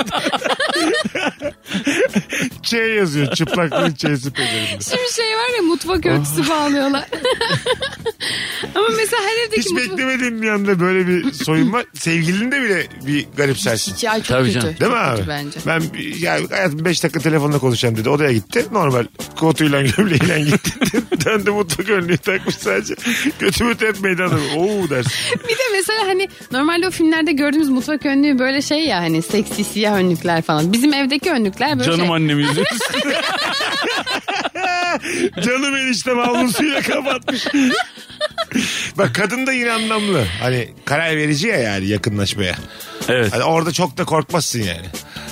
S3: Ç yazıyor. Çıplaklığın Ç'si pelerinde. Ah.
S4: Şimdi şey var ya mutfak örtüsü bağlıyorlar. Ama Ama mesela her evdeki
S3: Hiç
S4: mutfak-
S3: beklemediğin bir anda böyle bir soyunma sevgilinde bile bir garipsersin.
S4: Hiç, ay çok
S5: Tabii
S4: kötü.
S5: canım.
S3: Değil
S4: Çok
S3: mi
S4: kötü
S3: abi?
S4: Bence.
S3: Ben bir- ya hayatım 5 dakika telefonla konuşacağım dedi. Odaya gitti. Normal kotuyla gömleğiyle gitti. Döndü mutfak önlüğü takmış sadece. Kötü mütü hep meydanda. Oo dersin.
S4: Bir de mesela hani normalde o filmlerde gördüğümüz mutfak önlüğü böyle şey ya hani seksi siyah önlükler falan. Bizim evdeki önlükler böyle
S5: Canım
S4: şey.
S5: annemi izliyoruz.
S3: Canım eniştem havlusuyla kapatmış. Bak kadın da yine anlamlı. Hani karar verici ya yani yakınlaşmaya.
S5: evet.
S3: Hani orada çok da korkmazsın yani.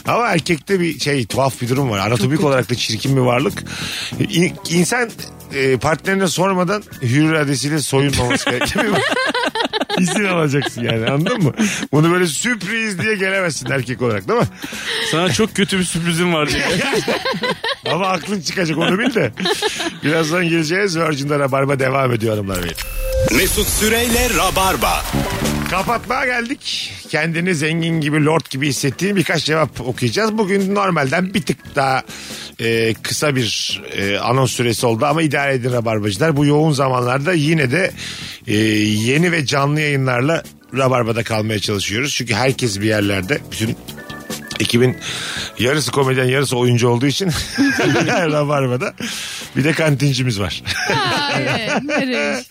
S3: Ama erkekte bir şey tuhaf bir durum var. Anatomik olarak da çirkin bir varlık. İ- İnsan e, partnerine sormadan hür iradesiyle soyunmaması gerekiyor. İzin alacaksın yani anladın mı? Bunu böyle sürpriz diye gelemezsin erkek olarak değil mi?
S5: Sana çok kötü bir sürprizim var diye.
S3: Ama aklın çıkacak onu bil de. Birazdan geleceğiz. Virgin'de Rabarba devam ediyor hanımlar beyler.
S2: Mesut Süreyle Rabarba.
S3: Kapatmaya geldik. Kendini zengin gibi, lord gibi hissettiğin birkaç cevap okuyacağız. Bugün normalden bir tık daha e, kısa bir e, anons süresi oldu ama idare edin Rabarbacılar. Bu yoğun zamanlarda yine de e, yeni ve canlı yayınlarla Rabarba'da kalmaya çalışıyoruz. Çünkü herkes bir yerlerde, bütün ekibin yarısı komedyen yarısı oyuncu olduğu için Rabarba'da bir de kantincimiz var.
S4: Aa, evet, barış.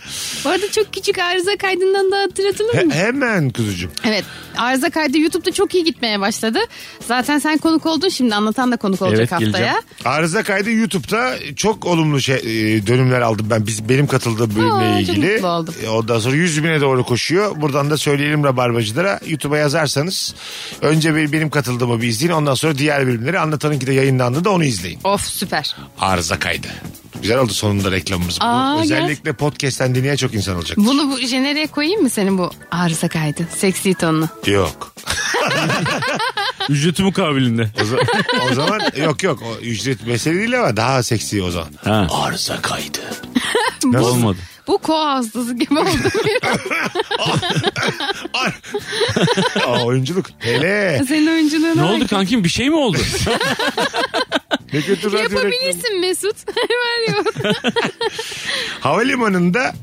S4: Bu arada çok küçük arıza kaydından da hatırlatılır mı?
S3: He- hemen kuzucuğum.
S4: Evet. Arıza kaydı YouTube'da çok iyi gitmeye başladı. Zaten sen konuk oldun şimdi anlatan da konuk olacak
S5: Evet, geleceğim.
S4: haftaya.
S3: Arıza kaydı YouTube'da çok olumlu şey, e, dönümler aldım ben. Biz benim katıldığım bölümle
S4: Aa, çok
S3: ilgili.
S4: mutlu oldum.
S3: E, Ondan sonra 100 bine doğru koşuyor. Buradan da söyleyelim rabarbacılara. YouTube'a yazarsanız önce bir, benim katıldığımı bir izleyin. Ondan sonra diğer bölümleri anlatanınki de yayınlandı da onu izleyin.
S4: Of süper.
S3: Arıza kaydı. Güzel oldu sonunda reklamımız. Bu
S4: Aa,
S3: özellikle podcast'ten dinleyen çok insan olacak.
S4: Bunu bu jeneriğe koyayım mı senin bu arıza kaydı? Seksi tonunu.
S3: Yok.
S5: Ücreti mukabilinde.
S3: O, za- o zaman yok yok. O ücret mesele değil ama daha seksi o zaman.
S5: Ha.
S3: Arıza kaydı.
S5: Olmadı.
S4: Bu koa hastası gibi oldu.
S3: Ar- Aa, oyunculuk. Hele.
S4: Senin oyunculuğuna.
S5: Ne
S4: bak.
S5: oldu kankim bir şey mi oldu?
S3: Ne kötü radyo reklamı.
S4: Yapabilirsin Mesut. Var ya.
S3: Havalimanında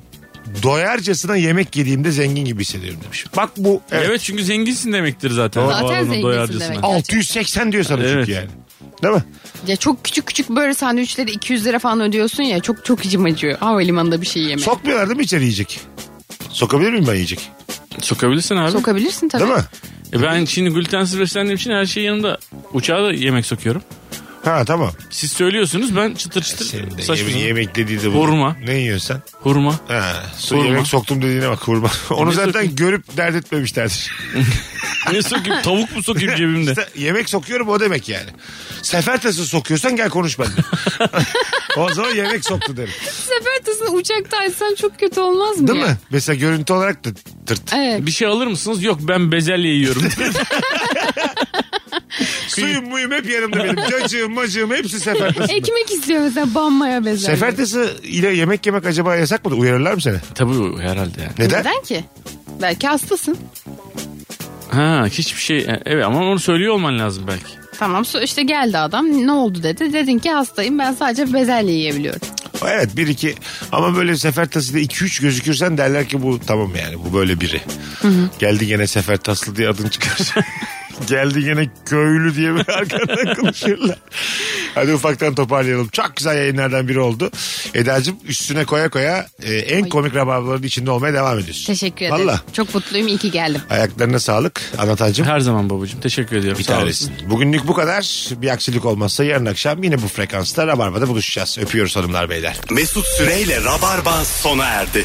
S3: doyarcasına yemek yediğimde zengin gibi hissediyorum demiş. Bak bu evet,
S5: evet çünkü zenginsin demektir zaten.
S4: Zaten
S5: O alanın
S4: zenginsin
S5: doyarcasına.
S4: demek.
S3: 680 diyor sana
S5: Evet.
S3: çünkü yani. Değil mi?
S4: ya çok küçük küçük böyle sandviçleri 200 lira falan ödüyorsun ya. Çok çok içim acıyor. Havalimanında bir şey yemeye.
S3: Sokmuyorlar değil mi içeri yiyecek? Sokabilir miyim ben yiyecek?
S5: Sokabilirsin abi.
S4: Sokabilirsin tabii.
S3: Değil mi?
S5: E ben şimdi glutensiz beslendiğim için her şeyi yanımda uçağa da yemek sokuyorum.
S3: Ha tamam.
S5: Siz söylüyorsunuz ben çıtır
S3: Senin
S5: çıtır
S3: de
S5: saçma
S3: yeme-
S5: sapan.
S3: yemek dediği de bu.
S5: Hurma.
S3: Ne yiyorsun sen?
S5: Hurma.
S3: Ha, su
S5: Hurma.
S3: yemek soktum dediğine bak hurma. Onu
S5: Ne
S3: zaten
S5: sokayım?
S3: görüp dert etmemişlerdir.
S5: Ne sokayım tavuk mu sokayım cebimde?
S3: İşte yemek sokuyorum o demek yani. Sefer tası sokuyorsan gel konuş benimle. o zaman yemek soktu derim.
S4: Sefertasını uçakta açsan çok kötü olmaz mı
S3: Değil
S4: ya?
S3: mi? Mesela görüntü olarak da tırt.
S4: Evet.
S5: Bir şey alır mısınız? Yok ben bezelye yiyorum.
S3: Suyum muyum hep yanımda benim. Cacığım macığım hepsi sefertasında.
S4: Ekmek istiyor mesela banmaya bezelye.
S3: Sefertası ile yemek yemek acaba yasak mı? Uyarırlar mı seni?
S5: Tabii herhalde yani.
S3: Neden?
S4: Neden ki? Belki hastasın.
S5: Ha hiçbir şey evet ama onu söylüyor olman lazım belki.
S4: Tamam so- işte geldi adam ne oldu dedi. Dedin ki hastayım ben sadece bezelye yiyebiliyorum.
S3: Evet bir iki ama böyle sefertası ile iki üç gözükürsen derler ki bu tamam yani bu böyle biri. Geldi gene sefertaslı diye adın çıkar. Geldi gene köylü diye bir arkadan konuşurlar. Hadi ufaktan toparlayalım. Çok güzel yayınlardan biri oldu. Eda'cığım üstüne koya koya e, en komik rabarbaların içinde olmaya devam ediyorsun.
S4: Teşekkür ederim.
S3: Valla
S4: Çok mutluyum iyi ki geldim.
S3: ayaklarına sağlık anlatancığım.
S5: Her zaman babacığım teşekkür ediyorum.
S3: Bir
S5: Sağ
S3: tanesi.
S5: olasın.
S3: Bugünlük bu kadar. Bir aksilik olmazsa yarın akşam yine bu frekansta Rabarba'da buluşacağız. Öpüyoruz hanımlar beyler.
S2: Mesut Süreyle Rabarba sona erdi.